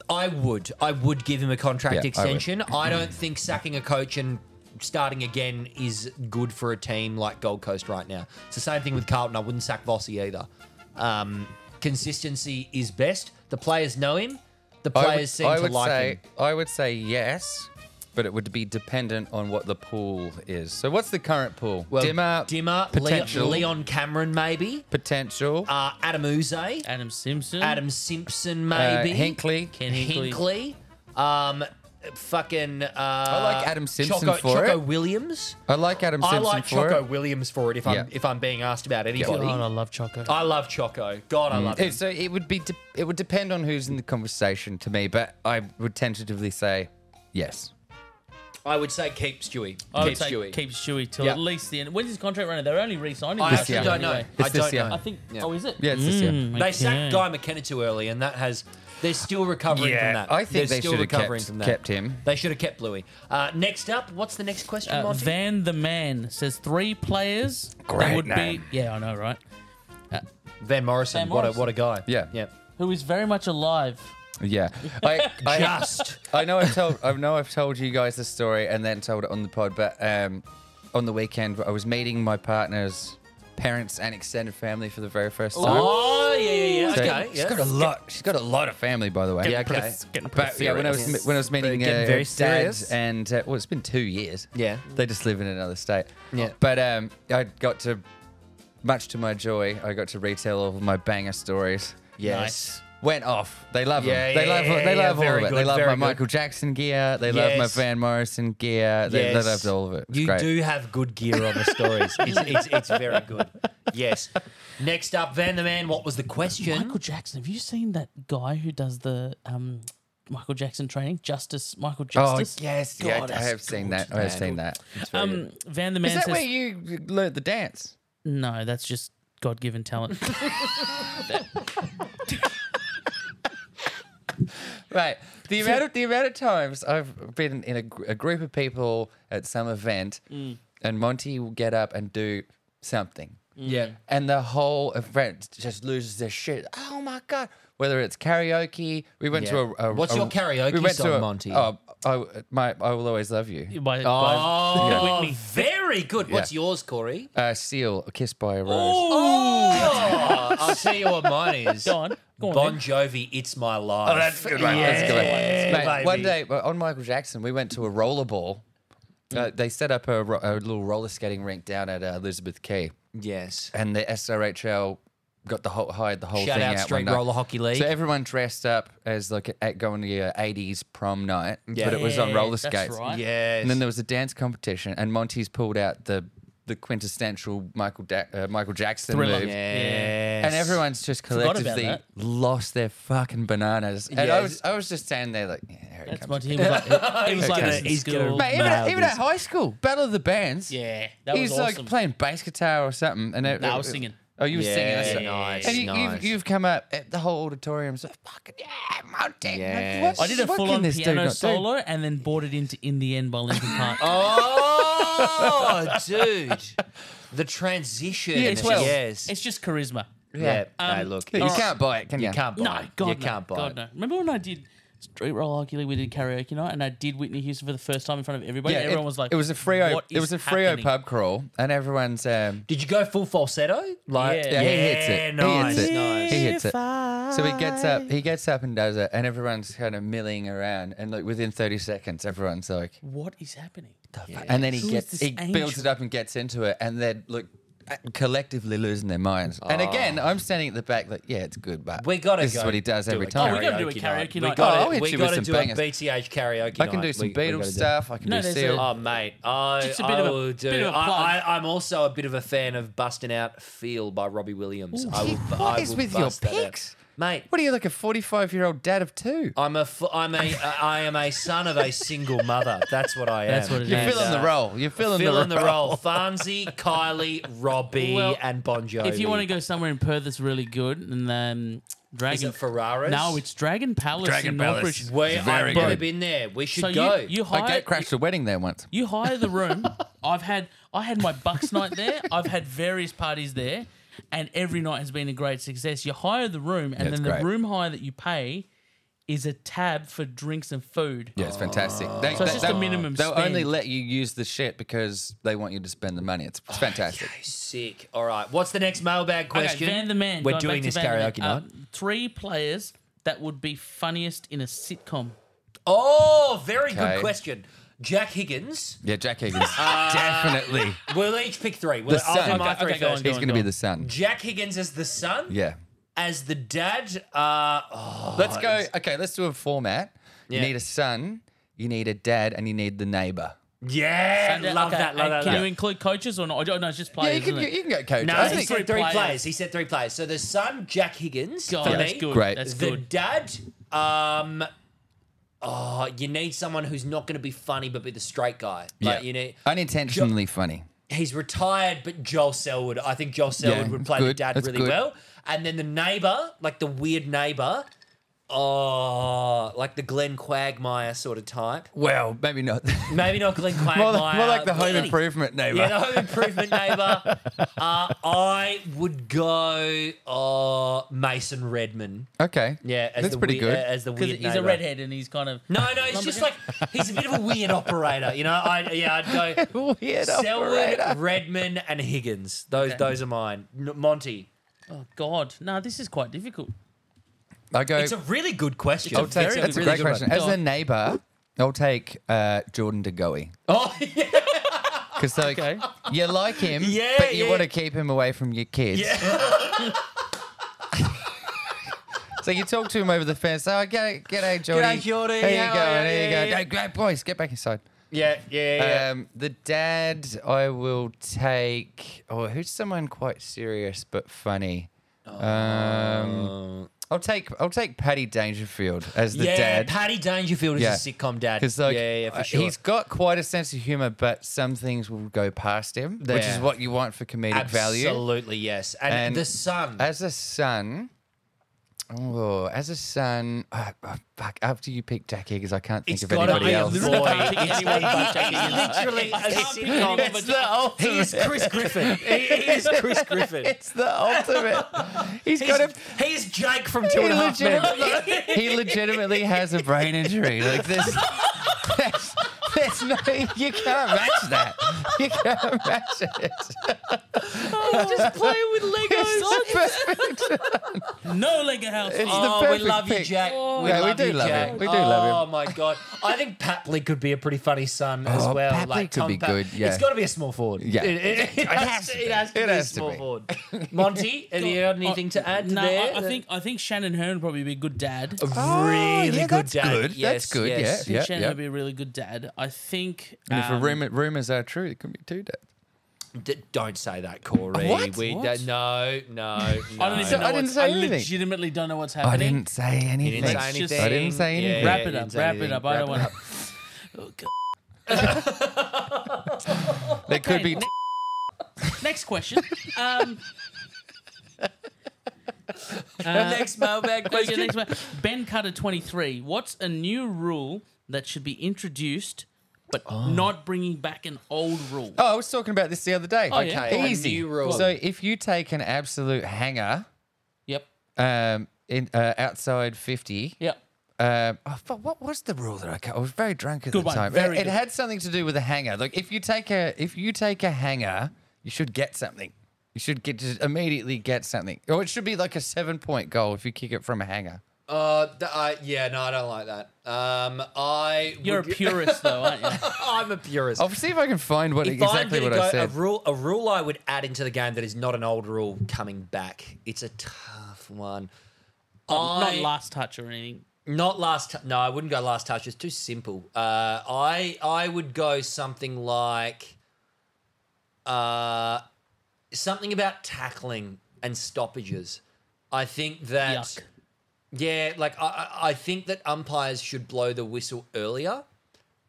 Speaker 4: I would. I would give him a contract
Speaker 3: Yeah, I would.
Speaker 4: extension. I, don't think sacking a coach and starting again is good for a team like Gold Coast right now. It's the same thing with Carlton. I wouldn't sack Vossi either. Um, consistency is best. The players know him. The
Speaker 3: I
Speaker 4: players seem
Speaker 3: I
Speaker 4: to
Speaker 3: would
Speaker 4: like
Speaker 3: say,
Speaker 4: him.
Speaker 3: I would say yes, but it would be dependent on what the pool is. So what's the current pool? Dimmer,
Speaker 4: Dimmer, Leo-
Speaker 3: potential,
Speaker 4: Leon Cameron, maybe.
Speaker 3: potential,
Speaker 4: Uh, Adam Uze.
Speaker 5: Adam Simpson.
Speaker 4: Adam Simpson,
Speaker 3: uh,
Speaker 4: maybe.
Speaker 3: Hinkley.
Speaker 5: Ken Hinkley.
Speaker 4: Hinkley. Um, fucking. Uh, I
Speaker 3: like Adam Simpson
Speaker 4: Choco,
Speaker 3: for
Speaker 4: Choco
Speaker 3: it.
Speaker 4: Williams.
Speaker 3: I like Adam
Speaker 4: I
Speaker 3: Simpson
Speaker 4: like
Speaker 3: for
Speaker 4: Choco
Speaker 3: it.
Speaker 4: Williams for it. If I'm
Speaker 3: Yeah. Mm.
Speaker 4: if I'm being asked about anybody,
Speaker 5: God, I love Choco.
Speaker 4: I love Choco. God, I love
Speaker 3: It-
Speaker 4: him.
Speaker 3: So it would be de- it would depend on who's in the conversation to me, but I would tentatively say yes.
Speaker 4: I would say keep Stewie.
Speaker 5: I
Speaker 4: keep
Speaker 5: would say
Speaker 4: Stewie.
Speaker 5: keep Stewie till
Speaker 4: Yeah.
Speaker 5: at least the end. When's his contract running? They're only re-signing.
Speaker 4: I
Speaker 5: him
Speaker 4: actually
Speaker 3: year.
Speaker 4: don't know.
Speaker 5: anyway.
Speaker 4: I
Speaker 3: It's this
Speaker 4: don't
Speaker 3: year.
Speaker 4: know.
Speaker 5: I think. Oh, is it?
Speaker 3: Yeah, it's this year.
Speaker 5: Mm,
Speaker 4: They
Speaker 5: okay.
Speaker 4: sacked Guy McKenna too early, and that has they're still recovering from that.
Speaker 3: I think
Speaker 4: they're
Speaker 3: they
Speaker 4: still
Speaker 3: should have
Speaker 4: recovering
Speaker 3: kept-
Speaker 4: from that.
Speaker 3: kept him.
Speaker 4: They should have kept Bluey. Uh, next up, what's the next question,
Speaker 5: Uh,
Speaker 4: Monty?
Speaker 5: Van the Man says three players. that
Speaker 3: Great
Speaker 5: would
Speaker 3: name.
Speaker 5: be Yeah, I know, right?
Speaker 4: Van Morrison.
Speaker 5: Van
Speaker 4: What a
Speaker 5: Morrison.
Speaker 4: what a guy.
Speaker 3: Yeah.
Speaker 4: Yeah.
Speaker 5: Who is very much alive.
Speaker 3: Yeah, I, I
Speaker 4: Just.
Speaker 3: I know I've told I know I've told you guys the story and then told it on the pod, but um, on the weekend I was meeting my partner's parents and extended family for the very first time.
Speaker 4: Oh yeah, yeah, yeah.
Speaker 3: So
Speaker 4: Okay,
Speaker 3: she's
Speaker 4: yeah.
Speaker 3: got a lot. She's got a lot of family, by the way.
Speaker 4: Yeah, okay.
Speaker 3: But yeah, when I was when I was meeting
Speaker 4: Getting
Speaker 3: uh,
Speaker 4: very
Speaker 3: her dad,
Speaker 4: serious.
Speaker 3: and uh, well, it's been two years.
Speaker 4: Yeah.
Speaker 3: they just live in another state.
Speaker 4: Yeah.
Speaker 3: but um, I got to, much to my joy, I got to retell all of my banger stories.
Speaker 4: Yes.
Speaker 3: Went off. They love
Speaker 4: Yeah,
Speaker 3: them. They
Speaker 4: yeah,
Speaker 3: love.
Speaker 4: yeah,
Speaker 3: they
Speaker 4: yeah,
Speaker 3: love all
Speaker 4: very
Speaker 3: of it. they
Speaker 4: good,
Speaker 3: love my
Speaker 4: very good.
Speaker 3: Michael Jackson gear. They love my
Speaker 4: Yes.
Speaker 3: Van Morrison gear. They, they
Speaker 4: Yes.
Speaker 3: loved all of it. It's
Speaker 4: You
Speaker 3: great.
Speaker 4: do have good gear on the stories. it's, it's, it's very good. Yes. Next up, Van the Man. What was the question?
Speaker 5: Michael Jackson. Have you seen that guy who does the um, Michael Jackson training? Justice Michael
Speaker 3: Oh
Speaker 5: Justice.
Speaker 3: yes, yeah,
Speaker 5: God,
Speaker 3: I
Speaker 5: that's
Speaker 3: have seen
Speaker 5: good,
Speaker 3: that. I have
Speaker 4: man.
Speaker 3: seen that. It's very good.
Speaker 5: Um, Van the Man
Speaker 3: Is that
Speaker 5: says,
Speaker 3: where you learned the dance?
Speaker 5: "No, that's just God-given talent."
Speaker 3: Right. The amount of the amount of times I've been in a, gr- a group of people at some event,
Speaker 4: Mm.
Speaker 3: and Monty will get up and do something,
Speaker 4: Mm. Yeah.
Speaker 3: and the whole event just loses their shit. Oh my god! Whether it's karaoke, we went
Speaker 4: Yeah.
Speaker 3: to a, a-
Speaker 4: What's
Speaker 3: a-
Speaker 4: your karaoke song,
Speaker 3: to a,
Speaker 4: Monty?
Speaker 3: Oh, I, my, I will always love you.
Speaker 5: by,
Speaker 4: Oh,
Speaker 5: by Whitney.
Speaker 4: very good. What's yours, Corey?
Speaker 3: Uh, Seal, kissed by a rose.
Speaker 4: Oh, I'll tell you what mine is.
Speaker 5: Go on. Go on.
Speaker 4: Bon
Speaker 5: then.
Speaker 4: Jovi, It's My Life. Oh,
Speaker 3: That's a good one. That's a good one. Mate,
Speaker 4: baby.
Speaker 3: one day well, on Michael Jackson, we went to a rollerball. Uh,
Speaker 4: Mm.
Speaker 3: they set up a, ro- a little roller skating rink down at uh, Elizabeth Quay,
Speaker 4: Yes.
Speaker 3: and the SRHL got the whole hired the whole
Speaker 4: Shout
Speaker 3: thing
Speaker 4: out
Speaker 3: out.
Speaker 4: Street
Speaker 3: one night.
Speaker 4: Roller Hockey League.
Speaker 3: So everyone dressed up as like at going to your '80s prom night, but it was on
Speaker 5: Yeah,
Speaker 3: roller
Speaker 5: that's
Speaker 3: skates.
Speaker 5: right.
Speaker 4: yes.
Speaker 3: And then there was a dance competition, and Monty's pulled out the the quintessential Michael da- uh, Michael Jackson
Speaker 5: Thriller.
Speaker 3: move.
Speaker 4: yes.
Speaker 3: And everyone's just
Speaker 5: about
Speaker 3: collectively
Speaker 5: that.
Speaker 3: lost their fucking bananas. And I
Speaker 4: Yes.
Speaker 3: was I was just standing there like, yeah, here it
Speaker 5: That's
Speaker 3: comes.
Speaker 5: Monty. He was like, he was like
Speaker 4: gonna-
Speaker 5: this in
Speaker 4: he's gonna-
Speaker 5: school.
Speaker 3: Mate, even, at,
Speaker 4: Mad
Speaker 3: even at
Speaker 4: is-
Speaker 3: high school, Battle of the Bands.
Speaker 5: Yeah, that
Speaker 3: he's
Speaker 5: was awesome.
Speaker 3: like playing bass guitar or something. And it,
Speaker 5: No, I was
Speaker 3: it-
Speaker 5: singing.
Speaker 3: Oh, you were singing.
Speaker 4: Yeah,
Speaker 3: That's right.
Speaker 4: nice,
Speaker 3: And you,
Speaker 4: nice.
Speaker 3: You've, you've come up at the whole auditorium. So fucking yeah, Monty.
Speaker 4: Yes.
Speaker 5: I did a
Speaker 3: what can
Speaker 5: full-on
Speaker 3: this dude
Speaker 5: piano
Speaker 3: not do?"
Speaker 5: solo and then brought it into "In the End" by Linkin Park.
Speaker 4: Oh, dude. The transition.
Speaker 3: Yeah,
Speaker 5: it's
Speaker 3: well-
Speaker 5: just,
Speaker 4: Yes.
Speaker 5: it's just charisma.
Speaker 4: yeah.
Speaker 5: Um,
Speaker 4: no, look.
Speaker 3: You
Speaker 4: it's-
Speaker 3: can't buy it, can you?
Speaker 4: You can't buy
Speaker 5: No,
Speaker 4: it.
Speaker 5: God
Speaker 4: you
Speaker 5: no.
Speaker 4: can't buy
Speaker 5: God
Speaker 4: it.
Speaker 5: no. Remember when I did Street Roll Arguably we did karaoke night and I did Whitney Houston for the first time in front of everybody.
Speaker 3: Yeah,
Speaker 5: and everyone
Speaker 3: it,
Speaker 5: was like,
Speaker 3: it was a Frio.
Speaker 5: "What
Speaker 3: It
Speaker 5: is
Speaker 3: was a Frio
Speaker 5: happening?"
Speaker 3: pub crawl, and everyone's. Um,
Speaker 4: Did you go full falsetto? Like,
Speaker 3: yeah,
Speaker 5: Yeah.
Speaker 3: he hits it.
Speaker 4: Nice.
Speaker 3: he hits it.
Speaker 4: nice.
Speaker 3: He hits it. So he gets up, he gets up and does it, and everyone's kind of milling around, and like within thirty seconds, everyone's like,
Speaker 5: What is happening?
Speaker 3: and then he
Speaker 5: Who is
Speaker 3: gets
Speaker 5: this
Speaker 3: he builds
Speaker 5: angel?
Speaker 3: it up and gets into it, and they're like collectively losing their minds. And
Speaker 5: Oh.
Speaker 3: again, I'm standing at the back, like, yeah, it's good, but
Speaker 4: We gotta
Speaker 3: this
Speaker 4: go
Speaker 3: is what he does
Speaker 4: do
Speaker 3: every
Speaker 4: a
Speaker 3: time.
Speaker 5: Oh, we gotta do a karaoke
Speaker 4: We
Speaker 5: night.
Speaker 4: gotta,
Speaker 3: Oh, I'll hit
Speaker 4: we
Speaker 3: you with
Speaker 4: gotta
Speaker 3: some
Speaker 4: do
Speaker 3: bangers.
Speaker 4: a BTH karaoke
Speaker 3: I can
Speaker 4: night.
Speaker 3: do some
Speaker 4: We- we gotta
Speaker 3: Beatles
Speaker 4: do-
Speaker 3: stuff. I can
Speaker 5: No,
Speaker 3: do
Speaker 5: there's
Speaker 3: Seal.
Speaker 5: a-
Speaker 4: Oh, mate, I,
Speaker 5: Just a
Speaker 4: I
Speaker 5: bit of a-
Speaker 4: will do.
Speaker 5: bit of a
Speaker 4: I,
Speaker 5: plug.
Speaker 4: I, I'm also a bit of a fan of busting out "Feel" by Robbie Williams. I will,
Speaker 3: What
Speaker 4: I
Speaker 3: is
Speaker 4: will
Speaker 3: with your
Speaker 4: bust that out.
Speaker 3: picks?
Speaker 4: mate?
Speaker 3: What are you like a 45 year old dad of two?
Speaker 5: Oh,
Speaker 4: I'm a, f- I'm a, I am a son of a single mother. That's what I am.
Speaker 5: That's what it
Speaker 3: You're
Speaker 5: is.
Speaker 3: filling the role. You're filling,
Speaker 4: Fill in
Speaker 3: the,
Speaker 4: the
Speaker 3: role.
Speaker 4: role. Farnsey, Kylie, Robbie,
Speaker 5: Well,
Speaker 4: and Bon Jovi.
Speaker 5: If you want to go somewhere in Perth that's really good and then Dragon
Speaker 4: is it Ferraris?
Speaker 5: No, it's Dragon Palace
Speaker 3: Dragon
Speaker 5: in
Speaker 3: Palace.
Speaker 5: Northbridge.
Speaker 4: Where I've
Speaker 3: very
Speaker 4: never
Speaker 3: good.
Speaker 4: been there. We should
Speaker 5: So
Speaker 4: go.
Speaker 5: you, you
Speaker 3: I
Speaker 5: hire
Speaker 3: gate crashed a wedding there once.
Speaker 5: you hire the room. I've had I had my bucks night there. I've had various parties there, and every night has been a great success. You hire the room, and
Speaker 3: it's
Speaker 5: then
Speaker 3: great.
Speaker 5: the room hire that you pay is a tab for drinks and food.
Speaker 3: Yeah, it's fantastic. They,
Speaker 5: Oh. So it's
Speaker 3: they-
Speaker 5: just a
Speaker 3: they'll-
Speaker 5: minimum
Speaker 3: They'll
Speaker 5: spend.
Speaker 3: only let you use the shit because they want you to spend the money. It's,
Speaker 5: Oh,
Speaker 3: it's fantastic.
Speaker 4: Sick. All right. What's the next mailbag question?
Speaker 5: Okay, Van the Man.
Speaker 4: We're
Speaker 5: going
Speaker 4: doing
Speaker 5: back
Speaker 4: this
Speaker 5: to Van
Speaker 4: karaoke
Speaker 5: the Man.
Speaker 4: night.
Speaker 5: Uh, three players that would be funniest in a sitcom.
Speaker 4: Oh, very
Speaker 3: Okay.
Speaker 4: good question. Jack Higgins.
Speaker 3: Yeah, Jack Higgins.
Speaker 5: Ah.
Speaker 3: Definitely.
Speaker 4: We'll each pick three. We'll,
Speaker 3: The
Speaker 4: I'll do
Speaker 3: son.
Speaker 4: my
Speaker 5: Okay,
Speaker 4: three
Speaker 5: okay, go on,
Speaker 4: first.
Speaker 5: go
Speaker 3: He's going to be the son.
Speaker 4: Jack Higgins as the son,
Speaker 3: Yeah.
Speaker 4: as the dad. Uh, oh,
Speaker 3: Let's go. Okay, let's do a format. You
Speaker 4: Yeah.
Speaker 3: need a son, you need a dad, and you need the neighbor.
Speaker 4: Oh, yeah,
Speaker 5: And, uh,
Speaker 4: love
Speaker 5: okay,
Speaker 4: that. Love
Speaker 5: and
Speaker 4: that.
Speaker 5: Can
Speaker 4: love
Speaker 5: you include coaches or not? I don't know. It's just
Speaker 3: Yeah,
Speaker 5: players.
Speaker 3: you can,
Speaker 5: isn't
Speaker 3: you,
Speaker 5: it?
Speaker 3: can go coach.
Speaker 4: that.
Speaker 3: I
Speaker 4: No, he
Speaker 3: think-
Speaker 5: three
Speaker 4: said three players.
Speaker 5: players.
Speaker 4: He said three players. So the son, Jack Higgins,
Speaker 5: God,
Speaker 4: for
Speaker 5: that's
Speaker 4: me.
Speaker 5: good.
Speaker 3: Great.
Speaker 5: That's
Speaker 4: the
Speaker 5: good.
Speaker 4: dad. Um, oh, you need someone who's not going to be funny but be the straight guy. Like you need.
Speaker 3: Unintentionally funny.
Speaker 4: He's retired, but Joel Selwood. I think Joel Selwood would play the
Speaker 3: good.
Speaker 4: dad
Speaker 3: That's
Speaker 4: really
Speaker 3: good.
Speaker 4: well. And then the neighbor, like the weird neighbor. oh, like the Glenn Quagmire sort of type.
Speaker 3: Well, maybe not. more,
Speaker 4: Maybe not Glenn Quagmire.
Speaker 3: like, more like the home
Speaker 4: Lenny.
Speaker 3: improvement neighbor.
Speaker 4: Yeah, the home improvement neighbor. uh, I would go uh, Mason Redman.
Speaker 3: okay.
Speaker 4: Yeah, as
Speaker 3: That's
Speaker 4: the
Speaker 3: pretty
Speaker 4: wee-
Speaker 3: good.
Speaker 4: uh, as the
Speaker 5: Because
Speaker 4: weird
Speaker 5: he's a
Speaker 4: neighbor.
Speaker 5: redhead and he's kind of.
Speaker 4: No, no, it's just like he's a bit of a weird operator. You know, I yeah, I'd go
Speaker 3: Weird
Speaker 4: Selwood,
Speaker 3: operator.
Speaker 4: Redman, and Higgins. Those
Speaker 5: Okay.
Speaker 4: those are mine. N- Monty.
Speaker 5: Oh God, no, this is quite difficult.
Speaker 3: I go.
Speaker 4: It's a really good question.
Speaker 3: I'll take,
Speaker 4: It's
Speaker 3: that's a
Speaker 4: really
Speaker 3: great
Speaker 4: good
Speaker 3: question.
Speaker 4: one.
Speaker 3: As a neighbor, I'll take uh, Jordan DeGoey.
Speaker 4: Oh, yeah.
Speaker 3: Because like
Speaker 5: Okay.
Speaker 3: you like him,
Speaker 4: Yeah,
Speaker 3: but you
Speaker 4: yeah.
Speaker 3: want to keep him away from your kids. so you talk to him over the fence. Oh, get g'day, Jordy.
Speaker 4: G'day, Jordy.
Speaker 3: How you
Speaker 4: How
Speaker 3: going?
Speaker 4: are
Speaker 3: How you
Speaker 4: you?"
Speaker 3: going? Hey, great boys, get back inside.
Speaker 4: yeah, yeah, yeah.
Speaker 3: Um, the dad, I will take. Oh, who's someone quite serious but funny?
Speaker 4: Oh.
Speaker 3: Um, I'll take I'll take Paddy Dangerfield as the
Speaker 4: yeah,
Speaker 3: dad.
Speaker 4: Paddy Dangerfield is
Speaker 3: Yeah.
Speaker 4: a sitcom dad.
Speaker 3: Because like,
Speaker 4: yeah, yeah,
Speaker 3: uh,
Speaker 4: for sure.
Speaker 3: he's got quite a sense of humor, but some things will go past him, which
Speaker 4: Yeah.
Speaker 3: is what you want for comedic value.
Speaker 4: Absolutely, yes. And,
Speaker 3: And-
Speaker 4: the son.
Speaker 3: As a son, oh, as a son, uh, uh, fuck. After you pick Jack Higgins, I can't think
Speaker 4: It's
Speaker 3: of
Speaker 4: gotta
Speaker 3: anybody
Speaker 4: be a
Speaker 3: else.
Speaker 4: little-
Speaker 5: Literally
Speaker 4: Boy,
Speaker 5: can't think of anyone but Jackie
Speaker 4: he's
Speaker 5: Gleason.
Speaker 4: literally a
Speaker 5: I can't think of
Speaker 4: sitcom.
Speaker 5: anyone but Jackie-
Speaker 4: he is Chris Griffin. He is Chris Griffin.
Speaker 3: It's the ultimate. He's
Speaker 4: He's,
Speaker 3: got a.
Speaker 4: he's Jake from
Speaker 3: He,
Speaker 4: Two and a Half Men.
Speaker 3: legitimately, he legitimately has a brain injury. Like this. There's, there's no, you can't match that. You can't match it.
Speaker 4: Just playing with Legos.
Speaker 3: It's the perfect-
Speaker 5: No Lego house.
Speaker 3: It's
Speaker 5: Oh,
Speaker 3: the
Speaker 4: Oh, we
Speaker 3: perfect
Speaker 4: love you,
Speaker 3: pick.
Speaker 4: Jack. we
Speaker 3: Yeah, we
Speaker 4: love
Speaker 3: do
Speaker 4: you,
Speaker 3: love
Speaker 4: Jack.
Speaker 3: him. We do love him.
Speaker 4: Oh my god, I think Papley could be a pretty funny son as
Speaker 3: Oh,
Speaker 4: well.
Speaker 3: Papley
Speaker 4: like
Speaker 3: could
Speaker 4: Tom
Speaker 3: be
Speaker 4: Pap-
Speaker 3: good, yeah.
Speaker 4: it's got to be a small forward.
Speaker 3: Yeah.
Speaker 4: it, it- it has,
Speaker 3: has
Speaker 4: to,
Speaker 3: to
Speaker 4: it
Speaker 3: be.
Speaker 4: has to
Speaker 3: It
Speaker 4: be a
Speaker 3: has to
Speaker 4: small
Speaker 3: be.
Speaker 4: forward. Monty, have you got anything to add to
Speaker 5: Oh, no,
Speaker 4: there?
Speaker 5: I, I think I think Shannon Hearn would probably be a good dad.
Speaker 4: A
Speaker 3: Oh,
Speaker 4: really
Speaker 3: yeah,
Speaker 4: good
Speaker 3: that's
Speaker 4: dad.
Speaker 3: Good. that's
Speaker 4: Yes,
Speaker 3: good.
Speaker 4: yes.
Speaker 3: Yeah, yeah,
Speaker 5: Shannon
Speaker 3: yeah.
Speaker 5: would be a really good dad. I think.
Speaker 3: And if a
Speaker 5: um,
Speaker 3: rumor, rumors are true, it could be two dads.
Speaker 4: D- don't say that, Corey.
Speaker 3: What?
Speaker 4: We
Speaker 5: What?
Speaker 4: no, no, no.
Speaker 5: I don't even know.
Speaker 3: I didn't
Speaker 5: what's-
Speaker 3: say
Speaker 5: I
Speaker 3: anything.
Speaker 5: legitimately don't know what's
Speaker 3: I
Speaker 5: happening.
Speaker 3: didn't say anything.
Speaker 4: You didn't say
Speaker 5: Let's just-
Speaker 4: anything.
Speaker 3: I didn't say
Speaker 4: Yeah,
Speaker 3: anything.
Speaker 4: yeah,
Speaker 5: Wrap
Speaker 4: you
Speaker 5: it
Speaker 4: didn't
Speaker 5: up.
Speaker 4: say
Speaker 5: Wrap it
Speaker 4: anything.
Speaker 5: up. I don't Oh,
Speaker 4: Wrap it
Speaker 5: want
Speaker 4: up.
Speaker 5: to.
Speaker 3: There could be.
Speaker 5: Okay, Next question. Um, uh,
Speaker 4: Next mailbag
Speaker 5: okay,
Speaker 4: question.
Speaker 5: next one. Ben Cutter, 23. What's a new rule that should be introduced, but not bringing back an old rule?
Speaker 3: Oh, I was talking about this the other day.
Speaker 5: yeah.
Speaker 4: Okay, a
Speaker 3: easy.
Speaker 4: new rule.
Speaker 3: So if you take an absolute hanger
Speaker 5: Yep.
Speaker 3: um, in uh, outside fifty,
Speaker 5: Yep.
Speaker 3: Um, oh, fuck, what was the rule that I cut? I was very drunk at
Speaker 5: Good
Speaker 3: the
Speaker 5: one,
Speaker 3: time.
Speaker 5: very
Speaker 3: it, it
Speaker 5: good.
Speaker 3: had something to do with a hanger. Like if you take a if you take a hanger, you should get something. You should get just immediately get something. Or it should be like a seven point goal if you kick it from a hanger.
Speaker 4: Uh, th- I, yeah, no, I don't like that. Um, I
Speaker 5: You're a
Speaker 4: would-
Speaker 5: purist, though, aren't you?
Speaker 4: I'm a purist.
Speaker 3: I'll see if I can find what
Speaker 4: if
Speaker 3: exactly
Speaker 4: I'm
Speaker 3: what
Speaker 4: gonna
Speaker 3: I
Speaker 4: go,
Speaker 3: said.
Speaker 4: A rule, a rule I would add into the game that is not an old rule coming back. It's a tough one.
Speaker 5: Not
Speaker 4: I-
Speaker 5: last touch or anything.
Speaker 4: Not last. T- no, I wouldn't go last touch. It's too simple. Uh, I I would go something like, uh, something about tackling and stoppages. I think that.
Speaker 5: Yuck.
Speaker 4: Yeah, like I, I- I think that umpires should blow the whistle earlier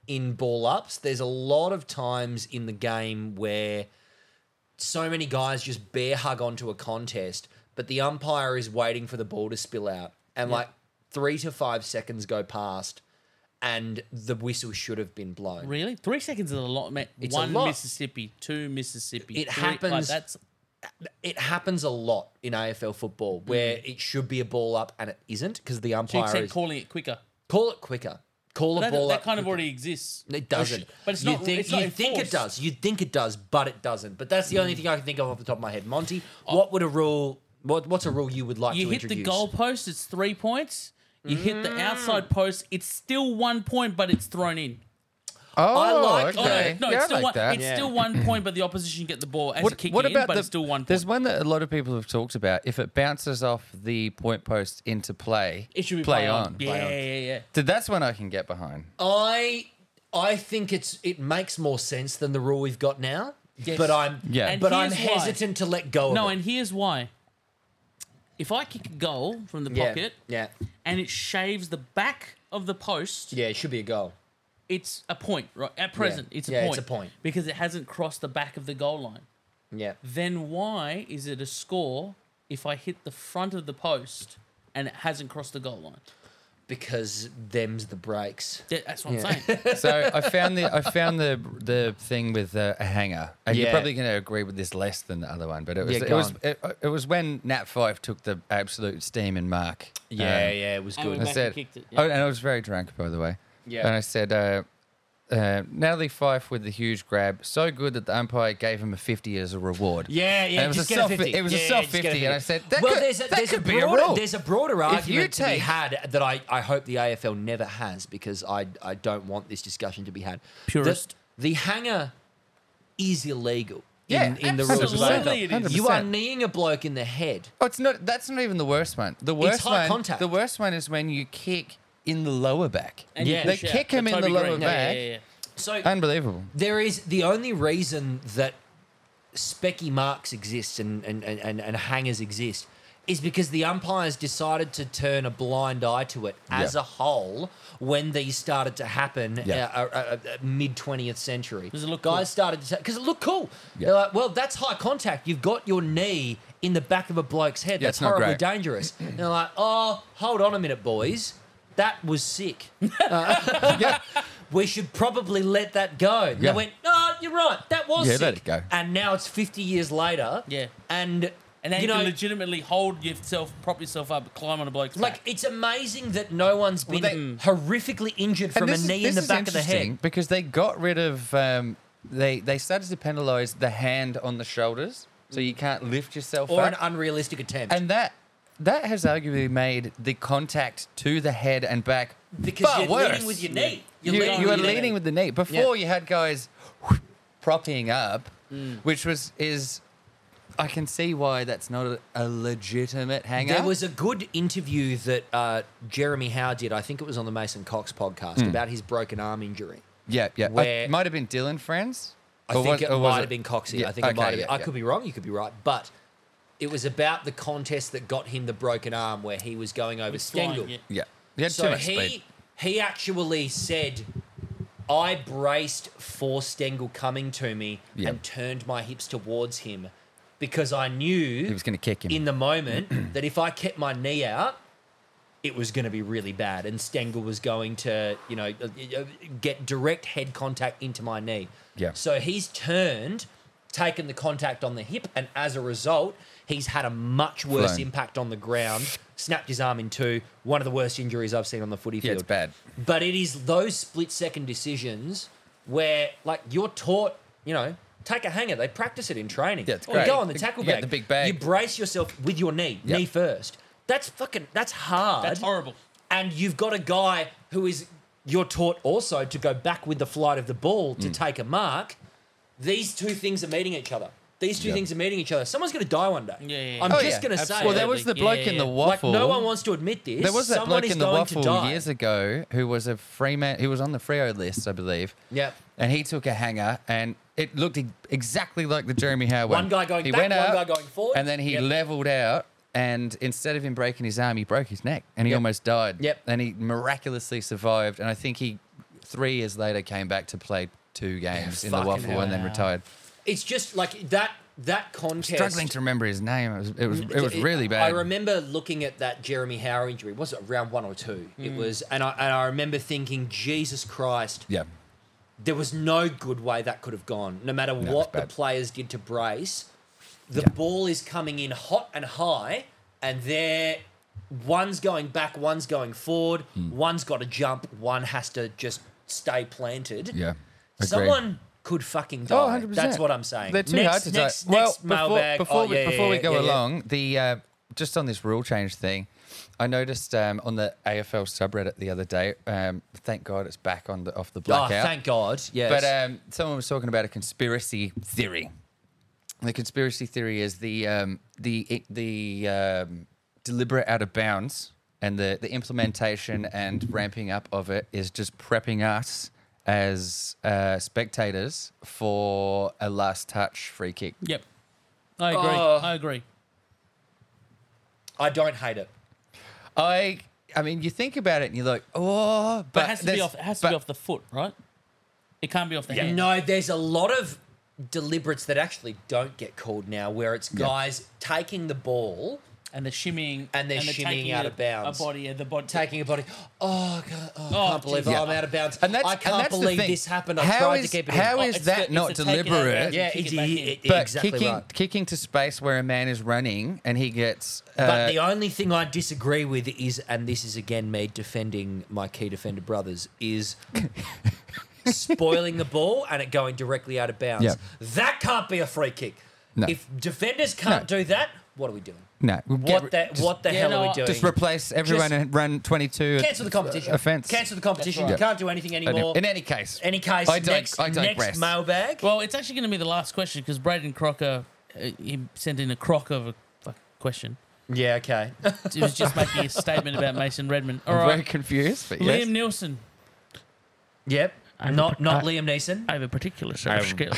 Speaker 4: in ball ups. There's a lot of times in the game where so many guys just bear hug onto a contest, but the umpire is waiting for the ball to spill out, and like three to five seconds go past, and the whistle should have been blown.
Speaker 5: Really? Three seconds is a lot, mate.
Speaker 4: It's a
Speaker 5: One
Speaker 4: lot.
Speaker 5: Mississippi, two Mississippi.
Speaker 4: It
Speaker 5: three- like,
Speaker 4: happens-
Speaker 5: that's
Speaker 4: It happens a lot in AFL football
Speaker 5: Mm.
Speaker 4: where it should be a ball up and it isn't because the
Speaker 5: so you'd
Speaker 4: umpire
Speaker 5: say
Speaker 4: is
Speaker 5: calling it quicker.
Speaker 4: call it quicker. Call a
Speaker 5: That,
Speaker 4: ball
Speaker 5: that
Speaker 4: up.
Speaker 5: kind of
Speaker 4: quicker.
Speaker 5: already exists.
Speaker 4: It
Speaker 5: Or
Speaker 4: doesn't.
Speaker 5: should- But it's
Speaker 4: you
Speaker 5: not.
Speaker 4: Think,
Speaker 5: it's not
Speaker 4: you think it
Speaker 5: enforced.
Speaker 4: does. You think it does, but it doesn't. But that's the only thing I can think of off the top of my head. Monty, what would a rule? What, what's a rule you would like
Speaker 5: Oh. You
Speaker 4: to
Speaker 5: hit
Speaker 4: introduce? Mm.
Speaker 5: the goal post, it's three points. You hit the outside post, it's still one point, but it's thrown in.
Speaker 3: Oh,
Speaker 4: like-
Speaker 3: okay.
Speaker 5: Oh, no, no,
Speaker 3: yeah,
Speaker 5: it's
Speaker 3: I
Speaker 5: still
Speaker 3: like
Speaker 5: one.
Speaker 3: that.
Speaker 5: It's still one point, but the opposition get the ball as it kick in, but it's still one
Speaker 3: There's one
Speaker 5: point.
Speaker 3: that a lot of people have talked about. If it bounces off the point post into play,
Speaker 5: It should be
Speaker 3: play,
Speaker 5: play
Speaker 3: on.
Speaker 5: Yeah,
Speaker 3: play on.
Speaker 5: yeah, yeah.
Speaker 3: So that's one I can get behind.
Speaker 4: I I think it's it makes more sense than the rule we've got now.
Speaker 5: Yes.
Speaker 4: But I'm
Speaker 3: Yeah. And
Speaker 4: but I'm
Speaker 5: here's why.
Speaker 4: hesitant to let go of
Speaker 5: No,
Speaker 4: it.
Speaker 5: and here's why. If I kick a goal from the
Speaker 4: yeah.
Speaker 5: pocket
Speaker 4: Yeah.
Speaker 5: and it shaves the back of the post,
Speaker 4: Yeah, it should be a goal.
Speaker 5: it's a point, right? At present, it's a
Speaker 4: Yeah,
Speaker 5: point.
Speaker 4: it's a point.
Speaker 5: Because it hasn't crossed the back of the goal line.
Speaker 4: Yeah.
Speaker 5: Then why is it a score if I hit the front of the post and it hasn't crossed the goal line?
Speaker 4: because them's the breaks.
Speaker 5: Yeah, that's what I'm saying.
Speaker 3: So I found the I found the the thing with uh, a hanger, and you're
Speaker 4: Yeah.
Speaker 3: probably going to agree with this less than the other one, but it was
Speaker 4: Yeah,
Speaker 3: it
Speaker 4: go
Speaker 3: was
Speaker 4: on.
Speaker 3: it, it was when Nat Five took the absolute steam in Mark.
Speaker 4: Yeah,
Speaker 3: Um,
Speaker 4: yeah, it was
Speaker 5: And
Speaker 4: good.
Speaker 5: we're
Speaker 3: I
Speaker 5: back
Speaker 3: said,
Speaker 5: and kicked it,
Speaker 3: oh,
Speaker 5: yeah.
Speaker 3: and I was very drunk, by the way.
Speaker 4: Yeah.
Speaker 3: And I said, uh, uh, Natalie Fife with the huge grab, so good that the umpire gave him a 50 as a reward.
Speaker 4: Yeah, yeah,
Speaker 3: And it was
Speaker 4: just
Speaker 3: a
Speaker 4: get
Speaker 3: self-
Speaker 4: a 50.
Speaker 3: it was a
Speaker 4: Yeah, yeah,
Speaker 3: self
Speaker 4: just get
Speaker 3: 50, and I said, that
Speaker 4: well,
Speaker 3: could-
Speaker 4: there's a,
Speaker 3: that
Speaker 4: there's
Speaker 3: could
Speaker 4: a
Speaker 3: be a
Speaker 4: broader,
Speaker 3: rule.
Speaker 4: There's a broader
Speaker 3: you
Speaker 4: argument to be
Speaker 3: take-
Speaker 4: had that I, I hope the AFL never has because I, I don't want this discussion to be had. The-
Speaker 5: Purist.
Speaker 4: The, hanger is illegal.
Speaker 3: Yeah,
Speaker 4: in, in the rules of
Speaker 5: absolutely it
Speaker 4: AFL.
Speaker 3: is.
Speaker 4: You are
Speaker 3: 100%.
Speaker 4: kneeing a bloke in the head.
Speaker 3: Oh, it's not. That's not even the worst one. The worst
Speaker 4: high
Speaker 3: one.
Speaker 4: contact.
Speaker 3: The worst one is when you kick in the lower back.
Speaker 5: And you
Speaker 4: Yeah.
Speaker 3: they
Speaker 5: push out
Speaker 3: kick
Speaker 5: for
Speaker 3: him in the
Speaker 5: Toby
Speaker 3: lower
Speaker 5: Green. Yeah,
Speaker 3: back.
Speaker 5: yeah, yeah.
Speaker 4: So
Speaker 3: Unbelievable.
Speaker 4: there is the only reason that specky marks exist and, and, and, and, and hangers exist is because the umpires decided to turn a blind eye to it as
Speaker 3: Yeah.
Speaker 4: a whole when these started to happen
Speaker 3: Yeah.
Speaker 4: uh, uh, uh, mid 20th century.
Speaker 5: Does it look
Speaker 4: Guys
Speaker 5: cool?
Speaker 4: started to because it looked cool.
Speaker 3: Yeah.
Speaker 4: They're like, well, that's high contact. You've got your knee in the back of a bloke's head.
Speaker 3: Yeah,
Speaker 4: that's
Speaker 3: it's not
Speaker 4: horribly
Speaker 3: great.
Speaker 4: dangerous. And they're like, oh, hold on a minute, boys. That was sick
Speaker 3: yeah.
Speaker 4: we should probably let that go. And
Speaker 3: Yeah.
Speaker 4: They went, no, you're right. That was
Speaker 3: Yeah,
Speaker 4: sick.
Speaker 3: let it go.
Speaker 4: And now it's 50 years later.
Speaker 5: Yeah.
Speaker 4: And,
Speaker 5: And then
Speaker 4: you
Speaker 5: you,
Speaker 4: know,
Speaker 5: can legitimately hold yourself, prop yourself up, climb on a bloke's
Speaker 4: like
Speaker 5: back.
Speaker 4: it's amazing that no one's been
Speaker 3: they- Mm.
Speaker 4: horrifically injured from
Speaker 3: And
Speaker 4: a
Speaker 3: this is-
Speaker 4: knee
Speaker 3: this
Speaker 4: in the
Speaker 3: is
Speaker 4: back of the head.
Speaker 3: interesting because they got rid of um, they they started to penalise the hand on the shoulders, so you can't lift yourself
Speaker 4: Or
Speaker 3: up,
Speaker 4: an unrealistic attempt.
Speaker 3: and that that has arguably made the contact to the head and back
Speaker 4: because
Speaker 3: far
Speaker 4: you're
Speaker 3: worse.
Speaker 4: leading with your knee.
Speaker 3: you
Speaker 4: You're leading
Speaker 3: you are
Speaker 4: with your knee.
Speaker 3: leading with the knee. Before you had guys propping up,
Speaker 4: Mm.
Speaker 3: which was is. I can see why that's not a, a legitimate hang
Speaker 4: There
Speaker 3: up.
Speaker 4: was a good interview that uh, Jeremy Howe did, I think it was on the Mason Cox podcast,
Speaker 3: Hmm.
Speaker 4: about his broken arm injury.
Speaker 3: yeah, yeah.
Speaker 4: where-
Speaker 3: it might have been Dylan friends.
Speaker 4: I
Speaker 3: Or
Speaker 4: think
Speaker 3: was-
Speaker 4: it
Speaker 3: or was
Speaker 4: might have been Coxie.
Speaker 3: Yeah,
Speaker 4: I think it
Speaker 3: okay,
Speaker 4: might have been.
Speaker 3: yeah,
Speaker 4: I
Speaker 3: yeah.
Speaker 4: could be wrong. You could be right. But it was about the contest that got him the broken arm where he was going over
Speaker 5: flying,
Speaker 4: Stengel.
Speaker 5: yeah.
Speaker 3: Yeah. He had too
Speaker 4: So
Speaker 3: much
Speaker 4: he,
Speaker 3: speed.
Speaker 4: he actually said, I braced for Stengel coming to me
Speaker 3: Yeah.
Speaker 4: and turned my hips towards him because I knew
Speaker 3: He was going to kick him.
Speaker 4: in the moment that if I kept my knee out, it was going to be really bad, and Stengel was going to, you know, uh, uh, get direct head contact into my knee.
Speaker 3: Yeah.
Speaker 4: So he's turned, taken the contact on the hip, and as a result, he's had a much worse
Speaker 3: Flown.
Speaker 4: impact on the ground. Snapped his arm in two. One of the worst injuries I've seen on the footy
Speaker 3: yeah,
Speaker 4: field.
Speaker 3: it's bad.
Speaker 4: But it is those split second decisions where, like, you're taught, you know, take a hanger. They practice it in training.
Speaker 3: Yeah, it's
Speaker 4: Or you
Speaker 3: great.
Speaker 4: go on the
Speaker 3: You
Speaker 4: tackle
Speaker 3: get
Speaker 4: bag.
Speaker 3: the big bag.
Speaker 4: You brace yourself with your knee,
Speaker 3: Yeah.
Speaker 4: knee first. That's fucking. That's hard.
Speaker 5: That's horrible.
Speaker 4: And you've got a guy who is. You're taught also to go back with the flight of the ball
Speaker 3: Mm.
Speaker 4: to take a mark. These two things are meeting each other. These two
Speaker 3: Yeah.
Speaker 4: things are meeting each other. Someone's going to die one day.
Speaker 5: Yeah, yeah, yeah.
Speaker 4: I'm
Speaker 5: Oh,
Speaker 4: just going to say.
Speaker 5: absolutely.
Speaker 3: Well, there was the
Speaker 5: Yeah,
Speaker 3: bloke in
Speaker 5: yeah,
Speaker 3: the
Speaker 5: yeah.
Speaker 4: like
Speaker 3: waffle.
Speaker 4: no one wants to admit this.
Speaker 3: There was that
Speaker 4: Someone
Speaker 3: bloke
Speaker 4: is
Speaker 3: in the
Speaker 4: going to
Speaker 3: waffle
Speaker 4: die.
Speaker 3: years ago who was a free man. He was on the Freo list, I believe.
Speaker 4: Yep.
Speaker 3: And he took a hanger, and it looked e- exactly like the Jeremy Howe
Speaker 4: One guy going
Speaker 3: he
Speaker 4: back,
Speaker 3: went
Speaker 4: one
Speaker 3: out,
Speaker 4: guy going forward.
Speaker 3: and then he
Speaker 4: Yep.
Speaker 3: leveled out. And instead of him breaking his arm, he broke his neck, and he
Speaker 4: Yep.
Speaker 3: almost died.
Speaker 4: Yep.
Speaker 3: And he miraculously survived. And I think he, three years later, came back to play two games in the
Speaker 4: fucking
Speaker 3: waffle, and then
Speaker 4: hell.
Speaker 3: retired.
Speaker 4: It's just like that that contest.
Speaker 3: Struggling to remember his name. It was it was, it was really bad.
Speaker 4: I remember looking at that Jeremy Howe injury. Was it round one or two? It was, and I and I remember thinking, Jesus Christ,
Speaker 3: Yeah.
Speaker 4: there was no good way that could have gone. No matter
Speaker 3: No, it
Speaker 4: what
Speaker 3: was
Speaker 4: the
Speaker 3: bad.
Speaker 4: players did to brace, the
Speaker 3: Yeah.
Speaker 4: ball is coming in hot and high, and they're one's going back, one's going forward,
Speaker 3: Hmm.
Speaker 4: one's got to jump, one has to just stay planted.
Speaker 3: Yeah. Agree.
Speaker 4: Someone could fucking
Speaker 3: Oh,
Speaker 4: die.
Speaker 3: 100%.
Speaker 4: That's what I'm saying.
Speaker 3: They're too
Speaker 4: next,
Speaker 3: hard to
Speaker 4: next,
Speaker 3: die.
Speaker 4: Next
Speaker 3: well,
Speaker 4: mailbag.
Speaker 3: before, before,
Speaker 4: oh,
Speaker 3: we,
Speaker 4: yeah,
Speaker 3: before we
Speaker 4: yeah,
Speaker 3: go
Speaker 4: yeah, yeah.
Speaker 3: along, the uh, just on this rule change thing, I noticed um, on the AFL subreddit the other day. Um, thank God it's back on the off the
Speaker 4: Oh,
Speaker 3: blackout.
Speaker 4: thank God. Yes.
Speaker 3: But um, someone was talking about a conspiracy theory. The conspiracy theory is the um, the the um, deliberate out of bounds and the the implementation and ramping up of it is just prepping us as uh, spectators for a last touch free kick.
Speaker 5: Yep. I agree.
Speaker 4: Oh.
Speaker 5: I agree.
Speaker 4: I don't hate it.
Speaker 3: I I mean, you think about it and you're like, oh, but,
Speaker 5: But, it has to be
Speaker 3: that's-
Speaker 5: off. It has to
Speaker 3: but
Speaker 5: be off the foot, right? It can't be off the hand.
Speaker 4: No, there's a lot of deliberates that actually don't get called now, where it's guys taking the ball
Speaker 5: and they're shimmying
Speaker 4: And they're shimmying
Speaker 5: taking
Speaker 4: out
Speaker 5: a-
Speaker 4: of bounds.
Speaker 5: A body, the body
Speaker 4: taking a body. Oh, God, oh, I
Speaker 5: Oh,
Speaker 4: can't believe
Speaker 5: geez.
Speaker 4: I'm out of bounds.
Speaker 3: And that's,
Speaker 4: I
Speaker 3: and
Speaker 4: can't
Speaker 3: that's the
Speaker 4: believe
Speaker 3: thing.
Speaker 4: this happened. I
Speaker 3: How
Speaker 4: tried
Speaker 3: is-
Speaker 4: to keep it
Speaker 3: How
Speaker 4: in. Oh,
Speaker 3: is
Speaker 5: it's
Speaker 3: that
Speaker 5: the-
Speaker 3: not
Speaker 5: it's the take it out
Speaker 3: deliberate?
Speaker 5: round.
Speaker 4: yeah,
Speaker 5: Kick
Speaker 4: it,
Speaker 5: it back in.
Speaker 4: it-
Speaker 3: But
Speaker 4: exactly
Speaker 3: kicking,
Speaker 4: right.
Speaker 3: kicking to space where a man is running and he gets. Uh,
Speaker 4: But the only thing I disagree with is, and this is again me defending my key defender brothers, is spoiling the ball and it going directly out of bounds.
Speaker 3: Yeah.
Speaker 4: That can't be a free kick.
Speaker 3: No.
Speaker 4: If defenders can't
Speaker 3: No.
Speaker 4: do that, what are we doing?
Speaker 3: no, get
Speaker 4: What
Speaker 3: ri-
Speaker 4: the,
Speaker 3: just,
Speaker 4: what the
Speaker 5: Yeah,
Speaker 4: hell
Speaker 5: no,
Speaker 4: are we
Speaker 5: I-
Speaker 4: doing?
Speaker 3: Just replace everyone
Speaker 4: Just-
Speaker 3: and run twenty-two.
Speaker 4: Cancel the competition.
Speaker 3: Offense.
Speaker 4: Cancel the competition.
Speaker 5: That's right.
Speaker 4: You can't do anything anymore.
Speaker 3: In any case,
Speaker 4: Any case,
Speaker 3: I dig-
Speaker 4: next,
Speaker 3: I digress.
Speaker 4: next mailbag.
Speaker 5: Well, it's actually going to be the last question because Braden Crocker uh, he sent in a crock of a fuck question.
Speaker 4: yeah, okay.
Speaker 5: It was just making a statement about Mason Redmond. All
Speaker 3: I'm very
Speaker 5: right,
Speaker 3: confused. But yes.
Speaker 5: Liam Nielsen.
Speaker 4: yep.
Speaker 5: I'm-
Speaker 4: not not
Speaker 5: I-
Speaker 4: Liam Neeson.
Speaker 5: I have a particular set
Speaker 4: Um,
Speaker 5: of skills.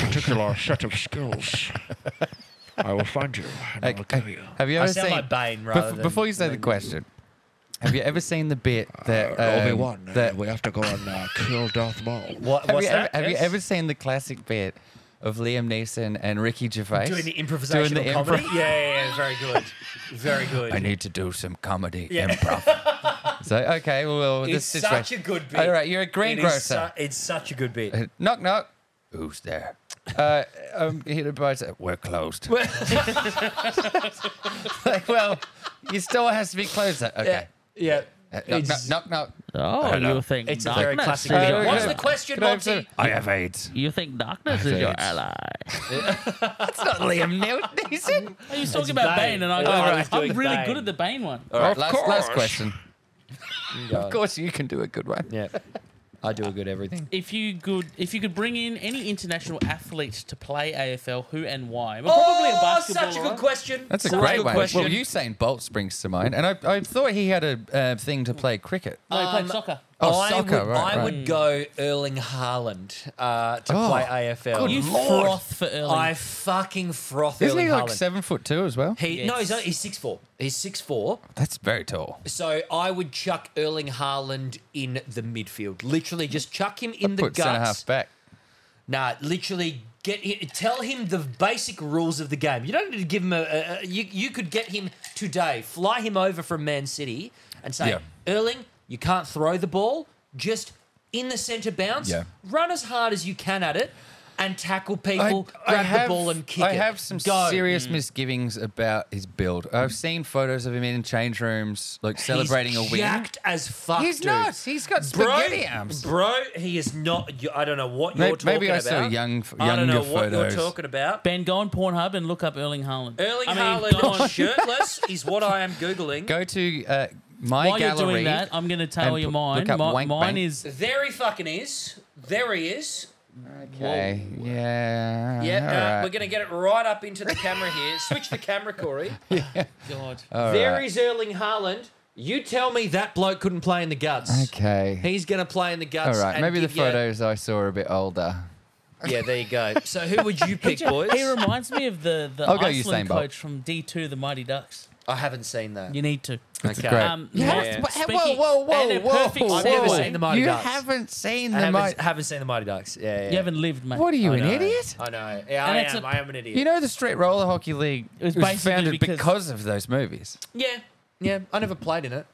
Speaker 6: particular set of skills. I will find you and I will
Speaker 3: Hey,
Speaker 6: kill you.
Speaker 3: Have you
Speaker 4: I
Speaker 3: ever
Speaker 4: sound
Speaker 3: seen?
Speaker 4: like Bane
Speaker 3: bef-
Speaker 4: rather than-
Speaker 3: before you say the question, have you ever seen the bit that um,
Speaker 6: Obi Wan,
Speaker 3: that-
Speaker 6: Uh, we have to go and uh, kill Darth Maul.
Speaker 4: What,
Speaker 3: have
Speaker 4: what's
Speaker 3: you,
Speaker 4: that?
Speaker 3: Ever, have you
Speaker 4: Yes?
Speaker 3: ever seen the classic bit of Liam Neeson and Ricky Gervais
Speaker 4: doing the improvisational
Speaker 3: doing the
Speaker 4: comedy?
Speaker 3: improv?
Speaker 4: Yeah, yeah, yeah, very good, very good.
Speaker 3: I need to do some comedy
Speaker 4: Yeah.
Speaker 3: improv. so okay, well,
Speaker 4: it's
Speaker 3: this
Speaker 4: such a
Speaker 3: situation.
Speaker 4: good bit.
Speaker 3: All right, you're a
Speaker 4: It is su-
Speaker 3: greengrocer.
Speaker 4: it's such a good bit.
Speaker 3: Uh, knock knock. Who's there? Uh, um, he replies, "We're closed." like, well, your store has to be closed. Like,
Speaker 4: Yeah,
Speaker 3: Okay.
Speaker 4: yeah.
Speaker 3: Uh, knock, knock,
Speaker 4: It's-
Speaker 3: knock, knock.
Speaker 5: Oh,
Speaker 3: Hello.
Speaker 5: you think
Speaker 4: It's a
Speaker 5: darkness
Speaker 4: very classic
Speaker 5: is
Speaker 4: video.
Speaker 5: your,
Speaker 4: What's
Speaker 3: yeah.
Speaker 4: the question,
Speaker 3: Can I have some-
Speaker 4: Monty?
Speaker 3: I have AIDS.
Speaker 5: you think darkness is
Speaker 3: think
Speaker 5: your
Speaker 3: it's-
Speaker 5: ally?
Speaker 3: It's not Liam Neil- Neeson.
Speaker 5: Are you talking about Bane?
Speaker 4: Bane.
Speaker 5: and I,
Speaker 4: Oh,
Speaker 5: I-
Speaker 4: right.
Speaker 5: I'm
Speaker 4: Doing
Speaker 5: really
Speaker 4: Bane.
Speaker 5: good at the Bane one.
Speaker 3: All right,
Speaker 6: Of
Speaker 3: last, last
Speaker 6: course.
Speaker 3: question. Of course, you can do a good one.
Speaker 4: Yeah, I do a good everything.
Speaker 5: If you could, if you could bring in any international athlete to play AFL, who and why? Well, probably a
Speaker 4: Oh,
Speaker 5: basketball.
Speaker 4: such a good
Speaker 5: right?
Speaker 4: question.
Speaker 3: That's a
Speaker 4: Such
Speaker 3: great
Speaker 4: good
Speaker 3: one.
Speaker 4: Question.
Speaker 3: Well, Usain Bolt springs to mind, and I, I thought he had a uh, thing to play cricket.
Speaker 5: No, he played soccer.
Speaker 3: Oh,
Speaker 4: I
Speaker 3: soccer,
Speaker 4: would,
Speaker 3: right,
Speaker 4: I
Speaker 3: right.
Speaker 4: would go Erling Haaland uh, to
Speaker 3: Oh,
Speaker 4: play AFL.
Speaker 3: good
Speaker 5: You
Speaker 3: Lord.
Speaker 5: froth for Erling.
Speaker 4: I fucking froth
Speaker 3: Isn't
Speaker 4: Erling
Speaker 3: he like
Speaker 4: Haaland.
Speaker 3: seven foot two as well?
Speaker 4: He, No, he's
Speaker 5: Yes.
Speaker 4: not, he's six four. He's six four.
Speaker 3: That's very tall.
Speaker 4: So I would chuck Erling Haaland in the midfield. Literally, just chuck him in the
Speaker 3: Put centre
Speaker 4: guts.
Speaker 3: half back.
Speaker 4: Nah, literally get him, tell him the basic rules of the game. You don't need to give him a, a, a- you you could get him today, fly him over from Man City and say,
Speaker 3: Yeah.
Speaker 4: "Erling, you can't throw the ball, just in the center bounce,
Speaker 3: Yeah.
Speaker 4: run as hard as you can at it." And tackle people, grab the ball and kick
Speaker 3: I
Speaker 4: it.
Speaker 3: have some
Speaker 4: Go. Mm.
Speaker 3: serious misgivings about his build. I've seen photos of him in change rooms, like celebrating
Speaker 4: He's
Speaker 3: a win.
Speaker 4: Jacked as fuck.
Speaker 3: He's
Speaker 4: dude.
Speaker 3: not. He's got spaghetti arms.
Speaker 4: Bro, he is not. you- I don't know what you're
Speaker 3: May-
Speaker 4: talking
Speaker 3: maybe I
Speaker 4: about.
Speaker 3: saw young-
Speaker 4: I don't know
Speaker 3: younger
Speaker 4: what you're
Speaker 3: photos.
Speaker 4: talking about.
Speaker 5: Ben, go on Pornhub and look up Erling Haaland.
Speaker 4: Erling
Speaker 5: I mean,
Speaker 4: Haaland
Speaker 5: go on.
Speaker 4: shirtless is what I am googling.
Speaker 3: Go to uh, my
Speaker 5: While you're
Speaker 3: gallery.
Speaker 5: doing that, I'm going to tell
Speaker 3: and
Speaker 5: you
Speaker 3: put-
Speaker 5: mine.
Speaker 3: look up
Speaker 5: Mi-
Speaker 3: Wank
Speaker 5: mine
Speaker 3: Bank.
Speaker 5: is
Speaker 4: There he fucking is. There he is.
Speaker 3: okay. Yeah.
Speaker 4: Yeah,
Speaker 3: all
Speaker 4: uh,
Speaker 3: right.
Speaker 4: we're gonna get it right up into the camera here. Switch the camera, Corey. Oh,
Speaker 5: God.
Speaker 3: All
Speaker 4: There
Speaker 3: right.
Speaker 4: is Erling Haaland. You tell me that bloke couldn't play in the guts.
Speaker 3: Okay.
Speaker 4: He's gonna play in the guts.
Speaker 3: all right.
Speaker 4: and
Speaker 3: Maybe the
Speaker 4: give you-
Speaker 3: photos I saw are a bit older.
Speaker 4: Yeah, there you go. So who would you pick, boys?
Speaker 5: He reminds me of the the
Speaker 3: I'll go Usain
Speaker 5: Iceland
Speaker 3: Bolt.
Speaker 5: coach from D2, the Mighty Ducks.
Speaker 4: I haven't seen that.
Speaker 5: You need to.
Speaker 3: That's
Speaker 4: Okay.
Speaker 3: great.
Speaker 5: Um,
Speaker 3: You
Speaker 4: Yeah.
Speaker 3: have to-
Speaker 4: Wha-
Speaker 5: speaking-
Speaker 3: whoa, whoa,
Speaker 5: and
Speaker 3: whoa,
Speaker 5: in
Speaker 3: whoa,
Speaker 5: perfect
Speaker 3: whoa!
Speaker 4: I've never
Speaker 5: segue-
Speaker 4: seen the Mighty
Speaker 3: you
Speaker 4: Ducks.
Speaker 3: haven't seen
Speaker 4: I
Speaker 3: the
Speaker 4: haven't,
Speaker 3: Mighty.
Speaker 4: haven't seen the Mighty Ducks. Yeah, yeah.
Speaker 5: You haven't lived, mate.
Speaker 3: What are you,
Speaker 4: I
Speaker 3: an
Speaker 4: know.
Speaker 3: idiot?
Speaker 4: I know. Yeah,
Speaker 5: And
Speaker 4: I
Speaker 5: it's
Speaker 4: am.
Speaker 5: a-
Speaker 4: I am an idiot.
Speaker 3: You know, the Street Roller Hockey League
Speaker 5: was
Speaker 3: was,
Speaker 5: basically
Speaker 3: founded
Speaker 5: because-
Speaker 3: because, of those movies.
Speaker 4: yeah, yeah. I never played in it.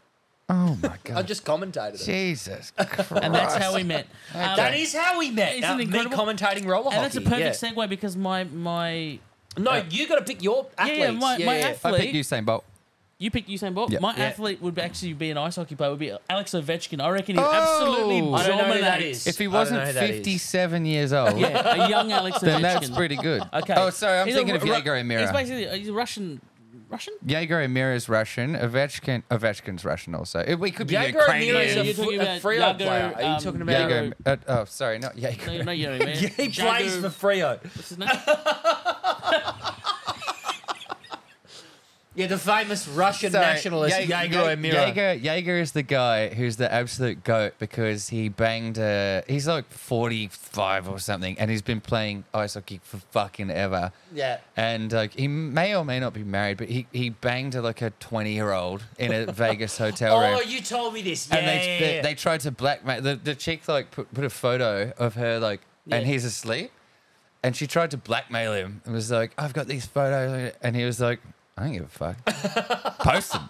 Speaker 3: Oh my
Speaker 4: I
Speaker 3: god!
Speaker 4: just commentated it.
Speaker 3: Jesus Christ!
Speaker 5: And that's how we met. Um,
Speaker 4: That is how we met.
Speaker 5: Isn't
Speaker 4: uh,
Speaker 5: it
Speaker 4: me
Speaker 5: incredible?
Speaker 4: commentating roller
Speaker 5: and that's
Speaker 4: hockey.
Speaker 5: a perfect segue because my my
Speaker 4: yeah. No, you got to pick your athletes.
Speaker 5: yeah, my, my
Speaker 3: I
Speaker 5: athlete.
Speaker 3: picked Usain Bolt.
Speaker 5: You picked Usain Bolt.
Speaker 3: Yeah.
Speaker 5: My
Speaker 4: Yeah.
Speaker 5: athlete would actually be an ice hockey player. Would be Alex Ovechkin. I reckon he
Speaker 3: Oh!
Speaker 5: absolutely
Speaker 3: I
Speaker 4: don't know who that
Speaker 5: dominates.
Speaker 4: is.
Speaker 3: If he
Speaker 4: I don't know
Speaker 3: wasn't
Speaker 4: who that is.
Speaker 3: 57 years old,
Speaker 5: Yeah, a young Alex Ovechkin.
Speaker 3: then that's pretty good.
Speaker 5: Okay.
Speaker 3: Oh, sorry, I'm
Speaker 5: He's a
Speaker 3: thinking of
Speaker 5: Ru-
Speaker 3: Jaeger
Speaker 5: He's
Speaker 3: Amira.
Speaker 5: basically he's a Russian. Russian?
Speaker 3: Jaeger Amira is Russian. Ovechkin, Ovechkin's Russian also. It, we could be
Speaker 4: Jager
Speaker 3: Ukrainian.
Speaker 4: Amira is a,
Speaker 5: You're talking
Speaker 4: fr- a
Speaker 5: about
Speaker 4: Frio
Speaker 5: Jager,
Speaker 4: player. Are you
Speaker 5: um,
Speaker 4: talking about?
Speaker 3: Jaeger, uh, oh, sorry, not Jaeger.
Speaker 5: No, no, you know what I mean.
Speaker 4: He
Speaker 5: Jago-
Speaker 4: plays for Frio.
Speaker 5: what's his name?
Speaker 4: Yeah, the famous Russian
Speaker 3: Sorry,
Speaker 4: nationalist
Speaker 3: Jaeg-
Speaker 4: Jager
Speaker 3: Jaeg-
Speaker 4: Amira.
Speaker 3: Jaeger, Jaeger is the guy who's the absolute goat because he banged a. He's like 45 or something, and he's been playing ice hockey for fucking ever.
Speaker 4: Yeah.
Speaker 3: And like he may or may not be married, but he, he banged a, like a 20 year old in a Vegas hotel room.
Speaker 4: Oh, you told me this. Yeah,
Speaker 3: and they,
Speaker 4: yeah,
Speaker 3: they
Speaker 4: yeah.
Speaker 3: they tried to blackmail the the chick like put, put a photo of her like and
Speaker 5: Yeah.
Speaker 3: he's asleep, and she tried to blackmail him and was like, "I've got these photos," and he was like, I don't give a fuck. Post them.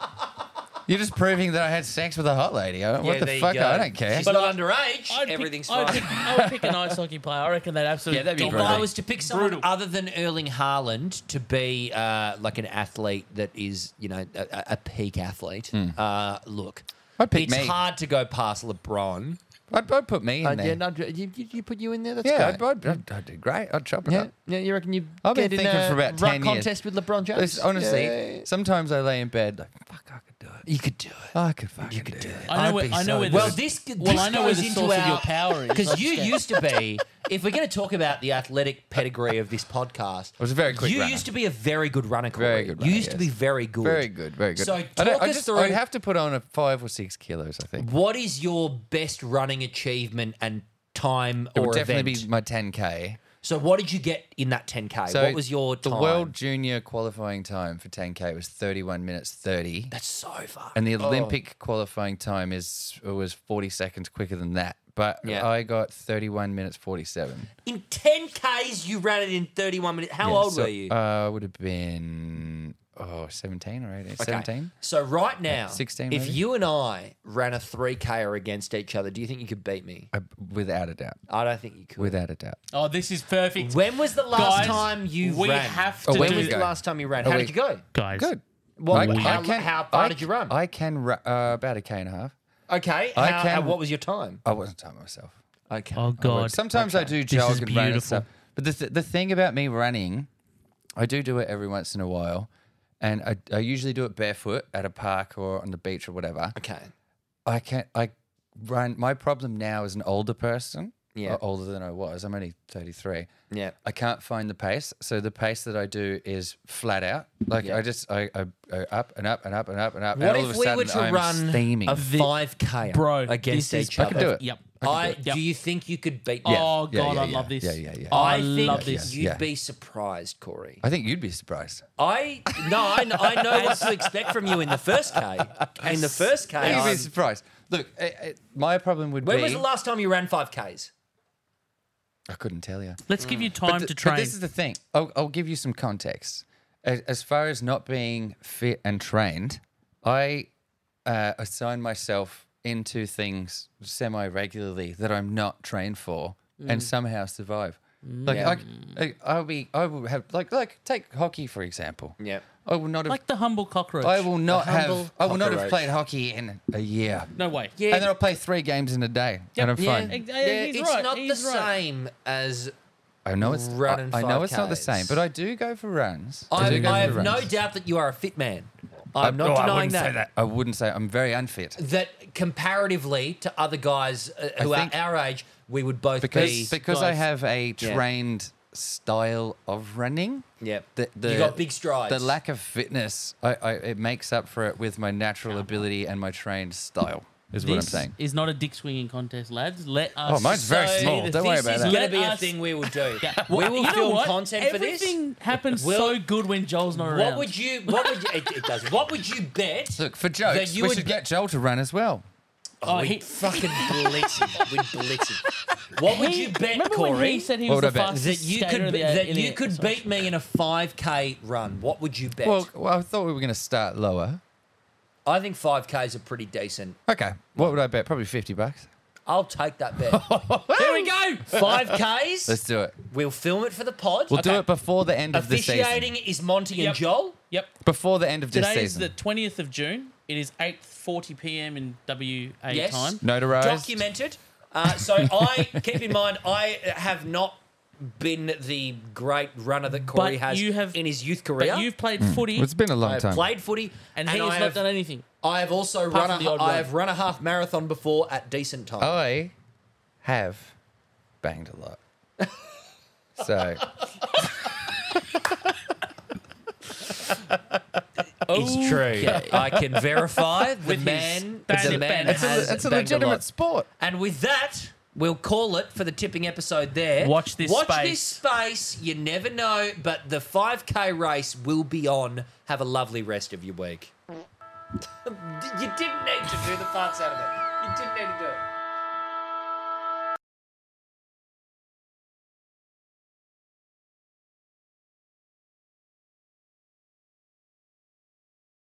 Speaker 3: You're just proving that I had sex with a hot lady. I,
Speaker 7: Yeah,
Speaker 3: what
Speaker 7: there
Speaker 3: the
Speaker 7: you
Speaker 3: fuck?
Speaker 7: go.
Speaker 3: I don't care.
Speaker 7: She's
Speaker 5: But
Speaker 7: not
Speaker 5: I-
Speaker 7: underage.
Speaker 5: I'd pick-
Speaker 7: Everything's
Speaker 5: I'd
Speaker 7: fine.
Speaker 5: Pick, I would pick an ice hockey player. I reckon that absolutely.
Speaker 3: Yeah, that'd be
Speaker 5: dominate.
Speaker 3: If
Speaker 4: If
Speaker 3: I
Speaker 4: I was to pick someone
Speaker 5: Brutal.
Speaker 4: other than Erling Haaland to be uh, like an athlete that is, you know, a, a- a peak athlete, uh, look,
Speaker 3: I'd pick
Speaker 4: it's
Speaker 3: me.
Speaker 4: hard to go past LeBron.
Speaker 3: I'd, I'd put me in
Speaker 4: Uh,
Speaker 3: there.
Speaker 4: yeah, no, you, you, you put you in there. That's
Speaker 3: yeah, I'd,
Speaker 4: great.
Speaker 3: I'd, I'd, I'd do great. I'd chop it
Speaker 4: yeah,
Speaker 3: up.
Speaker 4: yeah, you reckon you
Speaker 3: I've been
Speaker 4: get in
Speaker 3: thinking
Speaker 4: a
Speaker 3: for about
Speaker 4: ruck
Speaker 3: 10 years.
Speaker 4: contest with LeBron James?
Speaker 3: Listen, honestly,
Speaker 4: Yeah.
Speaker 3: sometimes I lay in bed like, fuck, I could do it.
Speaker 4: you could do it.
Speaker 3: I could fucking do, it.
Speaker 5: I know
Speaker 3: I'd
Speaker 5: where-
Speaker 3: be
Speaker 5: I know
Speaker 3: so
Speaker 5: where
Speaker 3: good.
Speaker 5: this-
Speaker 4: Well, this g-
Speaker 5: Well,
Speaker 4: this
Speaker 5: I know where
Speaker 4: goes
Speaker 5: the
Speaker 4: into
Speaker 5: source of
Speaker 4: our-
Speaker 5: your power is.
Speaker 4: because
Speaker 5: Let's
Speaker 4: you
Speaker 5: get-
Speaker 4: used to be. If we're going to talk about the athletic pedigree of this podcast,
Speaker 3: I was a very quick
Speaker 4: You
Speaker 3: runner.
Speaker 4: used to be a very good runner. Corey.
Speaker 3: Very good
Speaker 4: you
Speaker 3: runner,
Speaker 4: used to be
Speaker 3: yes.
Speaker 4: very good.
Speaker 3: Very good, very good.
Speaker 4: So
Speaker 3: I
Speaker 4: talk
Speaker 3: don't- I
Speaker 4: us
Speaker 3: just,
Speaker 4: through.
Speaker 3: I'd have to put on a five or six kilos, I think.
Speaker 4: What is your best running achievement and time
Speaker 3: It
Speaker 4: or
Speaker 3: would definitely
Speaker 4: event?
Speaker 3: be my 10K.
Speaker 4: so what did you get in that 10k?
Speaker 3: So
Speaker 4: what was your time?
Speaker 3: The world junior qualifying time for 10K was 31 minutes 30.
Speaker 4: That's so far.
Speaker 3: and the Olympic qualifying time is was 40 seconds quicker than that. But
Speaker 4: Yeah.
Speaker 3: I got 31 minutes 47.
Speaker 4: in 10ks, you ran it in 31 minutes. How
Speaker 3: Yeah,
Speaker 4: old
Speaker 3: so,
Speaker 4: were you?
Speaker 3: Uh, I would have been oh 17 or 18. 17?
Speaker 4: So right now,
Speaker 3: 16
Speaker 4: if
Speaker 3: maybe?
Speaker 4: you and I ran a 3Ker against each other, do you think you could beat me?
Speaker 3: I, without a doubt.
Speaker 4: I don't think you could.
Speaker 3: Without a doubt.
Speaker 5: Oh, this is perfect.
Speaker 4: When was the last
Speaker 5: Guys,
Speaker 4: time you
Speaker 5: we
Speaker 4: ran?
Speaker 5: have
Speaker 3: Oh, when
Speaker 5: to
Speaker 4: when
Speaker 5: do
Speaker 4: was
Speaker 3: we
Speaker 4: the
Speaker 3: go?
Speaker 4: last time you ran? How
Speaker 3: we-
Speaker 4: did you go?
Speaker 7: Guys,
Speaker 3: Good.
Speaker 4: Well,
Speaker 3: I-
Speaker 4: how,
Speaker 3: I can-
Speaker 4: how far
Speaker 3: I-
Speaker 4: did you run?
Speaker 3: I can ru- uh, about a K and a half.
Speaker 4: okay.
Speaker 3: I
Speaker 4: how,
Speaker 3: can-
Speaker 4: how- what was your time?
Speaker 3: I wasn't timing myself.
Speaker 4: Okay.
Speaker 7: Oh
Speaker 3: I would-
Speaker 7: God.
Speaker 3: Sometimes I do
Speaker 7: This
Speaker 3: jog
Speaker 7: is
Speaker 3: and run and
Speaker 7: beautiful.
Speaker 3: stuff. But the, th- the thing about me running, I do do it every once in a while. And I, I usually do it barefoot at a park or on the beach or whatever.
Speaker 4: Okay.
Speaker 3: I can't. I run. My problem now as an older person,
Speaker 4: Yeah.
Speaker 3: or older than I was. I'm only 33.
Speaker 4: Yeah.
Speaker 3: I can't find the pace. So the pace that I do is flat out. Like
Speaker 4: Yeah.
Speaker 3: I just I, I, I up and up and up and up and up.
Speaker 4: What
Speaker 3: and all
Speaker 4: if
Speaker 3: of a
Speaker 4: we
Speaker 3: sudden
Speaker 4: were to
Speaker 3: I'm
Speaker 4: run
Speaker 3: steaming.
Speaker 4: a 5K
Speaker 5: Bro,
Speaker 4: against
Speaker 5: this is
Speaker 4: each
Speaker 3: I could
Speaker 4: other?
Speaker 3: do it.
Speaker 5: Yep.
Speaker 4: I,
Speaker 5: do it. Yep.
Speaker 4: do you think you could beat me?
Speaker 5: Oh
Speaker 3: Yeah,
Speaker 5: God,
Speaker 3: yeah,
Speaker 5: I
Speaker 3: yeah.
Speaker 5: love this.
Speaker 3: Yeah, yeah, yeah.
Speaker 5: I,
Speaker 4: I think
Speaker 5: love this.
Speaker 3: yeah.
Speaker 4: you'd be surprised, Corey.
Speaker 3: I think you'd be surprised.
Speaker 4: I no, I, I know what to expect from you in the first K. In the first K,
Speaker 3: you'd be
Speaker 4: I'm-
Speaker 3: surprised. Look, eh, eh, my problem would
Speaker 4: when
Speaker 3: be
Speaker 4: was the last time you ran five Ks?
Speaker 3: I couldn't tell you.
Speaker 5: Let's give you time
Speaker 3: th-
Speaker 5: to train.
Speaker 3: this is the thing. I'll, I'll give you some context. As, as far as not being fit and trained, I uh, assign myself into things semi regularly that I'm not trained for,
Speaker 5: Mm.
Speaker 3: and somehow survive. Like I, I, I'll be, I will have like like take hockey for example.
Speaker 4: Yep.
Speaker 3: I will not have.
Speaker 5: like the humble cockroach.
Speaker 3: I will not
Speaker 4: humble
Speaker 3: have. I will not have
Speaker 4: cockroach.
Speaker 3: played hockey in a year.
Speaker 5: No way.
Speaker 3: And then I'll play three games in a day, and I'm fine.
Speaker 5: Ex-
Speaker 4: Yeah,
Speaker 5: he's
Speaker 4: it's
Speaker 5: right,
Speaker 4: not
Speaker 5: he's
Speaker 4: the
Speaker 5: right.
Speaker 4: same as
Speaker 3: I know it's. I,
Speaker 4: Running
Speaker 3: I know it's not the
Speaker 4: 5Ks.
Speaker 3: same, but I do go for runs.
Speaker 4: I,
Speaker 3: do go
Speaker 4: I
Speaker 3: for
Speaker 4: have no
Speaker 3: runs.
Speaker 4: doubt that you are a fit man. I'm not
Speaker 3: no, I
Speaker 4: denying
Speaker 3: wouldn't
Speaker 4: that.
Speaker 3: Say that. I wouldn't say I'm very unfit
Speaker 4: That comparatively to other guys uh,
Speaker 3: I
Speaker 4: who are
Speaker 3: think-
Speaker 4: our age, we would both be.
Speaker 3: because because I
Speaker 5: guys-
Speaker 3: have a
Speaker 4: Yeah.
Speaker 3: trained style of running.
Speaker 4: Yep.
Speaker 3: The, the,
Speaker 4: You got big strides.
Speaker 3: The lack of fitness, I, I, it makes up for it with my natural ability and my trained style. Is what I'm
Speaker 5: This
Speaker 3: saying.
Speaker 5: is not a dick swinging contest, lads. Let us.
Speaker 3: Oh, mine's very
Speaker 4: so
Speaker 3: small. Don't worry
Speaker 5: this
Speaker 3: about
Speaker 5: is
Speaker 3: that.
Speaker 5: let
Speaker 4: going to be a
Speaker 5: us-
Speaker 4: thing we will do.
Speaker 5: Yeah.
Speaker 4: We
Speaker 5: Well,
Speaker 4: will
Speaker 5: you know
Speaker 4: film
Speaker 5: what?
Speaker 4: content for
Speaker 5: Everything
Speaker 4: this.
Speaker 5: happens
Speaker 4: Well,
Speaker 5: so good when Joel's not around.
Speaker 4: What would you? What would you, it, it does? What would you bet?
Speaker 3: Look for jokes.
Speaker 4: you
Speaker 3: we
Speaker 4: would
Speaker 3: should
Speaker 4: be-
Speaker 3: get Joel to run as well.
Speaker 5: Oh,
Speaker 4: we
Speaker 5: he-
Speaker 4: fucking blitz him. We blitz him. What would you bet,
Speaker 5: Remember when he
Speaker 4: Corey?
Speaker 5: said he
Speaker 3: What
Speaker 5: was
Speaker 3: would
Speaker 5: the
Speaker 3: I bet?
Speaker 5: fastest
Speaker 4: That you
Speaker 5: skater
Speaker 4: could
Speaker 5: of the-
Speaker 4: that
Speaker 5: in the-
Speaker 4: you could
Speaker 5: sorry.
Speaker 4: beat me in a five k run. What would you bet?
Speaker 3: Well, well, I thought we were going to start lower.
Speaker 4: I think five k's are pretty decent.
Speaker 3: Okay. What would I bet? Probably 50 bucks.
Speaker 4: I'll take that bet.
Speaker 5: There we go.
Speaker 4: Five k's.
Speaker 3: Let's do it.
Speaker 4: We'll film it for the pod.
Speaker 3: We'll do
Speaker 5: Okay.
Speaker 3: it before the end of the season.
Speaker 4: Officiating is Monty
Speaker 5: Yep.
Speaker 4: and Joel.
Speaker 5: Yep.
Speaker 3: Before the end of this
Speaker 5: Today is
Speaker 3: season.
Speaker 5: the twentieth of June. It is eight forty p.m. in WA
Speaker 4: Yes.
Speaker 5: time.
Speaker 3: Notarized.
Speaker 4: documented. Uh, so I keep in mind I have not been the great runner that Corey
Speaker 5: But
Speaker 4: has
Speaker 5: you have-
Speaker 4: in his youth
Speaker 5: But
Speaker 4: career.
Speaker 5: you've played footy,
Speaker 3: Hmm. it's been a long
Speaker 4: I have
Speaker 3: time.
Speaker 4: played footy,
Speaker 5: and, he
Speaker 4: I,
Speaker 5: has not
Speaker 4: have,
Speaker 5: done anything.
Speaker 4: I have also
Speaker 5: apart
Speaker 4: run a,
Speaker 5: from the odd
Speaker 4: I
Speaker 5: run.
Speaker 4: have run a half marathon before at decent time.
Speaker 3: I have banged a lot. So Oh,
Speaker 4: it's true. I can verify the
Speaker 5: his
Speaker 4: man. The
Speaker 5: bandit
Speaker 4: man
Speaker 5: bandit. It's a-
Speaker 4: has
Speaker 3: it's a
Speaker 4: banged
Speaker 3: legitimate
Speaker 4: lot.
Speaker 3: sport.
Speaker 4: And with that, we'll call it for the tipping episode there.
Speaker 5: Watch this
Speaker 4: Watch
Speaker 5: space.
Speaker 4: this space. You never know, but the 5K race will be on. Have a lovely rest of your week. you didn't need to do the parts out of it. You didn't need to do it.